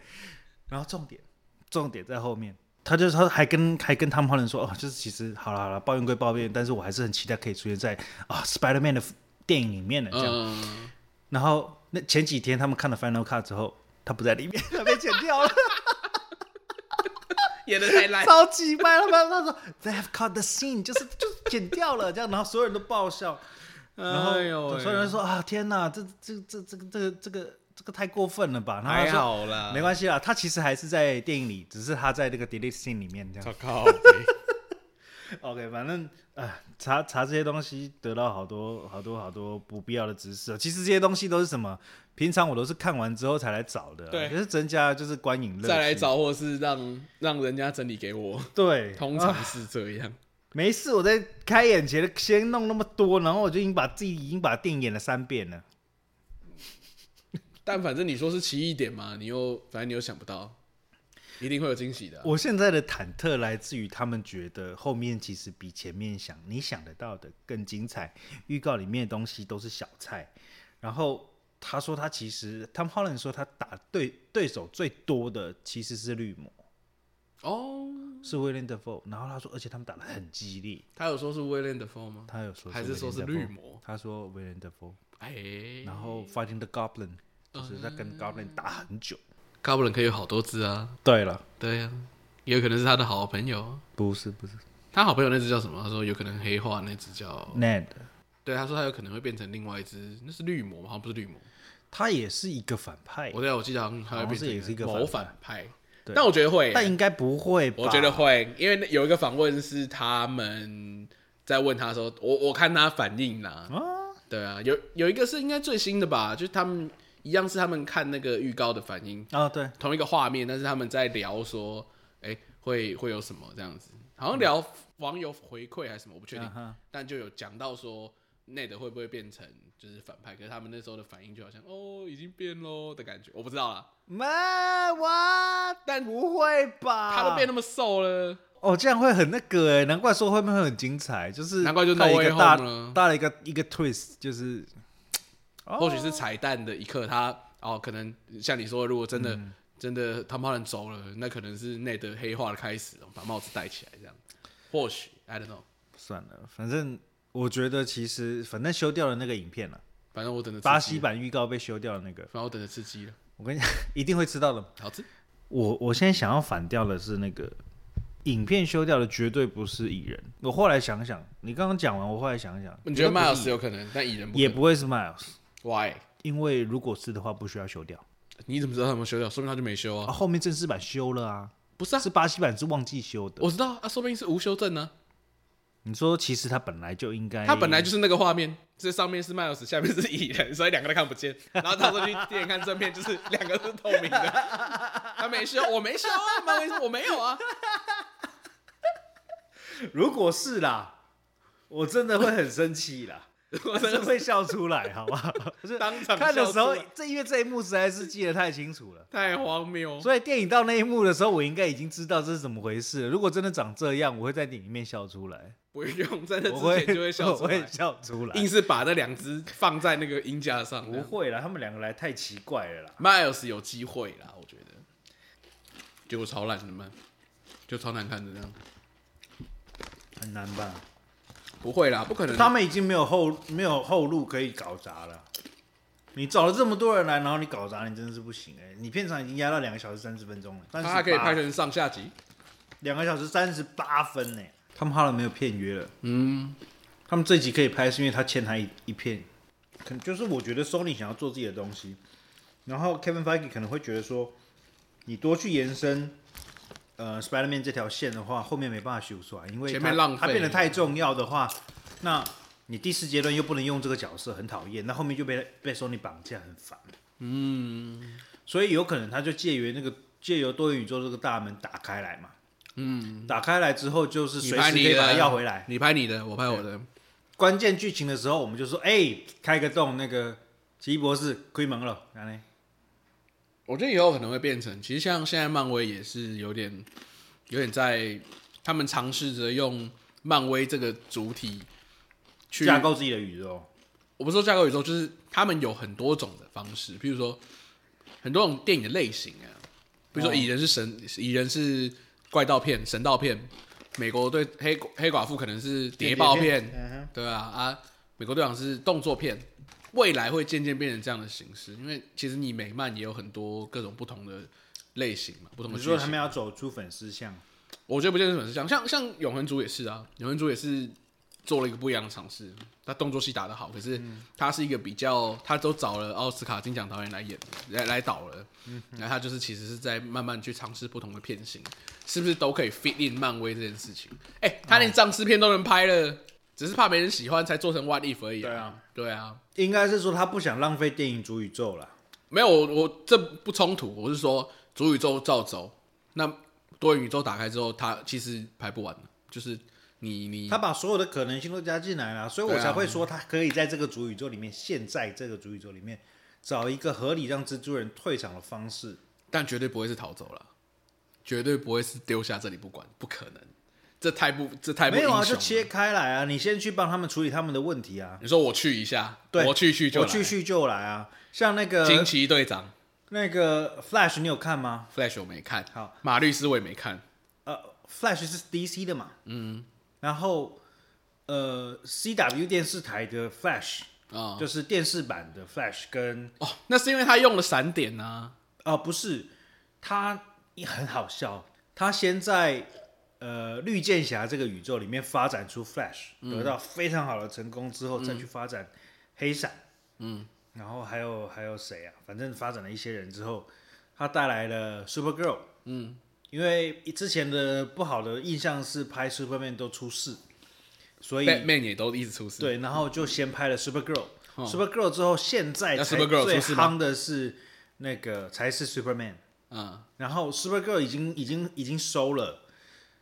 然后重点，重点在后面，他就他还跟还跟汤姆·哈伦说：“哦，就是其实好了好了，抱怨归抱怨，但是我还是很期待可以出现在啊、Spider-Man 的电影里面的这样。嗯，然后那前几天他们看了 Final Cut 之后，他不在里面， *laughs* 他被剪掉 *laughs* 了，演的 *laughs* 太烂，超级掰了吧？他说 They have cut the scene，就是就是剪掉了这样，然后所有人都爆笑，然后哎呦喂，所有人说啊天哪，这这这这个这个这个这个太过分了吧？然后还他说好啊啦，没关系啊啦，他其实还是在电影里，只是他在那个 delete scene 里面这样。糟糕， OK，反正啊，查查这些东西得到好多好多好多不必要的知识、哦。其实这些东西都是什么？平常我都是看完之后才来找的、啊对就是增加就是观影乐趣。再来找或是让让人家整理给我，对，通啊常是这样。没事，我在开眼前先弄那么多，然后我就已经把自己已经把电影演了三遍了。但反正你说是奇异点嘛，你又反正你又想不到，一定会有惊喜的啊、我现在的忐忑来自于他们觉得后面其实比前面想你想得到的更精彩，预告里面的东西都是小菜。然后他说他其实 Tom Holland 说他打对对手最多的其实是绿魔，哦，是 William Defoe。然后他说，而且他们打得很激烈。他有说是 William 的风吗？他有说还是 Willem 说是 Dafoe 绿魔？他说 William Defoe，哎、然后 Fighting the Goblin 就是在嗯跟 Goblin 打很久。高布伦可以有好多只啊，对了，对呀、也有可能是他的好朋友。不是不是他好朋友那只叫什么？他说有可能黑化那只叫， Ned，对，他说他有可能会变成另外一只，那是绿魔吗，好像不是绿魔。他也是一个反派，我对啊我记得好像他哎好会像变是成也是一个某反反派，对但我觉得会、但应该不会吧？我觉得会，因为那有一个访问是他们在问他说，我我看他反应啦、对啊，有有一个是应该最新的吧，就是他们一样是他们看那个预告的反应，啊，对，同一个画面，但是他们在聊说，哎、会会有什么这样子，好像聊网友回馈还是什么，我不确定，啊哈但就有讲到说。内的会不会变成就是反派？可是他们那时候的反应就好像哦，已经变喽的感觉，我不知道啦。妈，哇，但不会吧？他都变那么瘦了，哦，这样会很那个哎，难怪说会不会很精彩，就是难怪就带 No 一 Way 个大 Home 了大了一个一个 twist，就是或许是彩蛋的一刻，他哦，可能像你说，如果真的、真的他妈人走了，那可能是内德黑化的开始，把帽子戴起来这样。或许 I don't know，算了，反正我觉得其实反正修掉了那个影片了，啊反正我等着巴吃鸡西版预告被修掉了那个，反正我等着吃鸡了，我跟你讲， *laughs* 一定会知道的。好吃。我我现在想要反掉的是那个影片修掉的绝对不是蚁人，我后来想想，你刚刚讲完，我后来想想，你觉得绝对不是 Miles 蚁有可能，但蚁人不可也能不会是 Miles， Why？因为如果是的话，不需要修掉。你怎么知道他有没有修掉？说明他就没修啊，啊。后面正式版修了啊，不是啊，是巴西版是忘记修的。我知道啊，说不定是无修正呢、你说其实他本来就应该，他本来就是那个画面，这上面是 Miles，下面是蚁人， *laughs* 所以两个都看不见。然后到时候去电影看正片，就是两个是透明的。 *laughs* 他没修，我没修啊，漫威我没有啊。如果是啦，我真的会很生气啦，我真的会笑出来，好 *laughs* 吧？就是当场看的时候笑出来，这因为这一幕实在是记得太清楚了。太荒谬。所以电影到那一幕的时候，我应该已经知道这是怎么回事了。如果真的长这样，我会在电影里面笑出 *laughs* 来，不用在那我之会前就会笑出我会 *laughs* 来，笑出来。硬是把那两只放在那个音架 *laughs* 上。不会啦，他们两个来太奇怪了啦。 Miles 有机会啦，我觉得。结果超烂的嘛，就超难看的这样。很难吧？不会啦，不可能。他们已经没有后没有后路可以搞砸了。你找了这么多人来，然后你搞砸，你真的是不行哎、你片长已经压到两个小时三十分钟了，但他是还可以拍成上下集。两个小时三十八分呢、他们哈了没有片约了，嗯，他们这集可以拍是因为他欠他一一片，可能就是我觉得 Sony 想要做自己的东西，然后 Kevin Feige 可能会觉得说，你多去延伸。呃，Spider-Man 这条线的话，后面没办法修出来，因为前它面浪费它变得太重要的话，那你第四阶段又不能用这个角色，很讨厌，那后面就被被 Sony 绑架，很烦。嗯，所以有可能他就借由那个借由多元宇宙这个大门打开来嘛，嗯，打开来之后就是你随时拍可你以把的它要回来。你拍你的，我拍我的，关键剧情的时候，我们就说，哎、开个洞，那个奇异博士开门了，然后呢，我觉得以后可能会变成，其实像现在漫威也是有点有点在，他们尝试着用漫威这个主体去架构自己的宇宙。我不是说架构宇宙，就是他们有很多种的方式，比如说很多种电影的类型啊，比如说哦蚁人是神，蚁人是怪盗片、神盗片，美国对黑黑寡妇可能是谍报片，嗯对啊啊，美国队长是动作片，未来会渐渐变成这样的形式，因为其实你美漫也有很多各种不同的类型嘛，不哼，同你的说剧他情。们要走出粉丝向，我觉得不见得是粉丝像像像永恒族也是啊，永恒族也是做了一个不一样的尝试，他动作戏打得好，可是嗯他是一个比较，他都找了奥斯卡金奖导演来演来来导了，嗯然后他就是其实是在慢慢去尝试不同的片型，是不是都可以 fit in 漫威这件事情？哎、他嗯连丧尸片都能拍了，只是怕没人喜欢才做成 What If 而已、对啊，对啊，应该是说他不想浪费电影主宇宙了。没有，我我这不冲突。我是说，主宇宙照走，那多元宇宙打开之后，它其实排不完的，就是你你他把所有的可能性都加进来了，所以我对啊才会说他可以在这个主宇宙里面，现在这个主宇宙里面找一个合理让蜘蛛人退场的方式。但绝对不会是逃走了，绝对不会是丢下这里不管，不可能，这太不这太不没有啊，英雄就了切开来啊，你先去帮他们处理他们的问题啊，你说我去一下，对我去去就我来去去就来啊。像那惊个奇队长那个 Flash，你有看吗？ Flash 我没看，好，马律师我也没看，呃，Flash 是 DC 的嘛，嗯，然后呃，CW 电视台的 Flash 啊、就是电视版的 Flash 跟哦，那是因为他用了闪点啊，啊、不是，他也很好笑。他先在呃绿箭侠这个宇宙里面发展出 Flash，、得到非常好的成功之后，再去发展黑闪，嗯，然后还有还有谁啊？反正发展了一些人之后，他带来了 Super Girl，嗯，因为之前的不好的印象是拍 Superman 都出事，所以 Batman 也都一直出事，对，然后就先拍了 Super Girl。Super Girl 之后，现在嗯那才 Supergirl 最出事吗夯的是那个才是 Superman，嗯，然后 Super Girl 已经已经已经收了，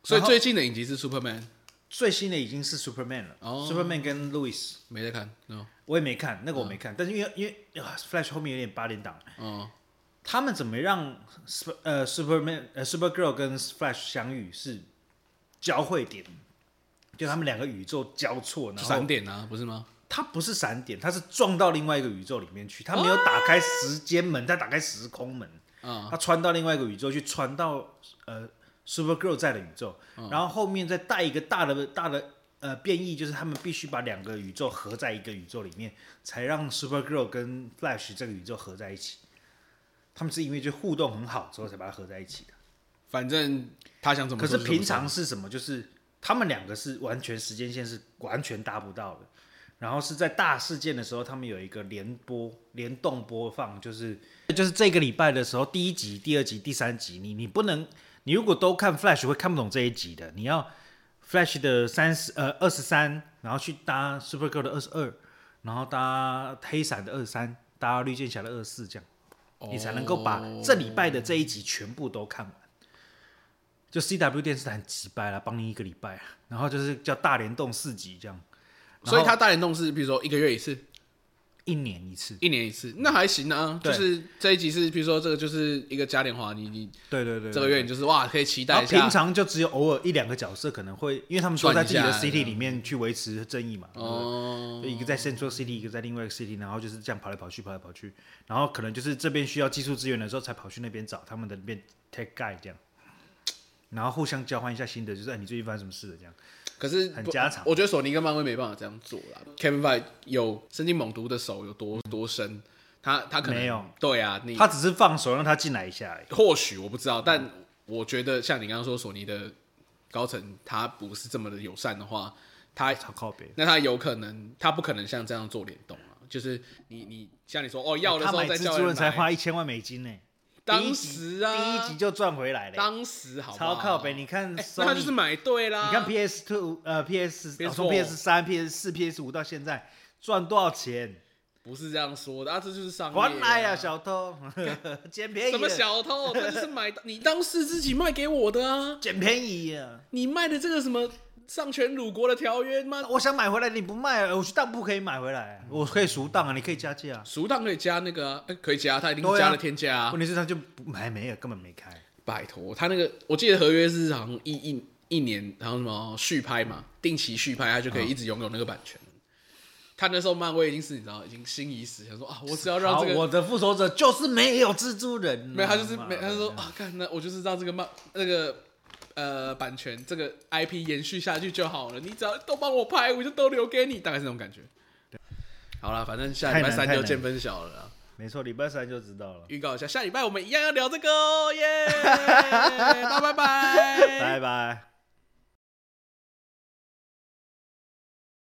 所以最近的影集是 Superman，最新的已经是 Superman 了。哦 Superman 跟 Louis 没在看，no，我也没看，那个我没嗯看，但是因为因为、啊 Flash 后面有点八点档，哦、他们怎么让 Sup- 呃 Superman 呃 Super Girl 跟 Flash 相遇是交汇点，就他们两个宇宙交错，然就后闪点啊，不是吗？它不是闪点，它是撞到另外一个宇宙里面去，它没有打开时间门，它打开时空门，啊它穿到另外一个宇宙去，穿到呃 Super Girl 在的宇宙，然后后面再带一个大的大的呃变异，就是他们必须把两个宇宙合在一个宇宙里面，才让 Super Girl 跟 Flash 这个宇宙合在一起。他们是因为就互动很好之后才把它合在一起的。反正他想怎么可做是就怎么平常是什么？就是他们两个是完全时间线是完全达不到的。然后是在大事件的时候，他们有一个联播、联动播放，就是就是这个礼拜的时候，第一集、第二集、第三集，你你不能，你如果都看 Flash 会看不懂这一集的，你要 Flash 的三十呃二十三，然后去搭 Supergirl 的二十二，然后搭黑闪的二十三，搭绿箭侠的二十四，这样做你才能够把这礼拜的这一集全部都看完。就 CW 电视台很急掰了，帮你一个礼拜，啊然后就是叫大联动四集这样，哦所以他大联动是比如说一个月一次，一年一次。一年一次，那还行啊。就对是这一集是比如说这个就是一个嘉年华，你你对对对，这个月你就是哇可以期然待后一啊平下常就只有偶尔一两个角色可能会，因为他们都在自己的转一下 city 里面去维持正义嘛，哦，嗯就一个在 Central City，一个在另外一个 city，然后就是这样跑来跑去，跑来跑去，然后可能就是这边需要技术资源的时候才跑去那边找他们的那边 tech guy 这样，然后互相交换一下心得，就是、哎、你最近发生什么事了这样。可是很不家常我觉得索尼跟漫威没办法这样做啦。Kevin Feige 有深进猛毒的手有多多深，他他可能没有对啊，你他只是放手让他进来一下而已。或许我不知道，但我觉得像你刚刚说索尼的高层他不是这么的友善的话，他超靠北，那他有可能，他不可能像这样做联动啊，就是你你像你说哦，要的时他候买再蜘叫蛛人人才来，花一千万美金呢、当时啊，第一集就赚回来了、当时好不超好靠北。你看哎那他就是 Sony，、买对啦。你看 PS Two 呃 PS 从 PS4 PS 三、PS 四、PS 五到现在赚多少钱？不是这样说的啊，这就是商业、还来啊呀，小 *laughs* 偷，捡便宜了，啊什么小偷？他就是买，你当是自己卖给我的啊！捡便宜呀、你卖的这个什么上权辱国的条约，妈我想买回来你不卖，啊我去当铺可以买回来，我可以赎当啊，你可以加价。熟当可以加那个、啊，哎可以加，他一定对啊加了天价、啊问。题是他就不还没有，根本没开。拜托，他那个我记得合约是好像一一一年，然后什么续拍嘛，定期续拍，他就可以一直拥有那个版权。他那时候漫威已经是你知道，已经心已死，想说啊，我只 *laughs* 要让好这个我的复仇者就是没有蜘蛛人啊、没有，他就是妈没，的他就说啊，看那我就是让这个漫那个呃版权这个 IP 延续下去就好了，你只要都帮我拍，我就都留给你，大概是那种感觉。好啦，反正下礼太拜难三太就难见分晓了啦。 *laughs* 没错，礼拜三就知道了。预 *laughs* 告一下，下礼拜我们一样要聊这个哦，耶！大家拜拜，拜拜。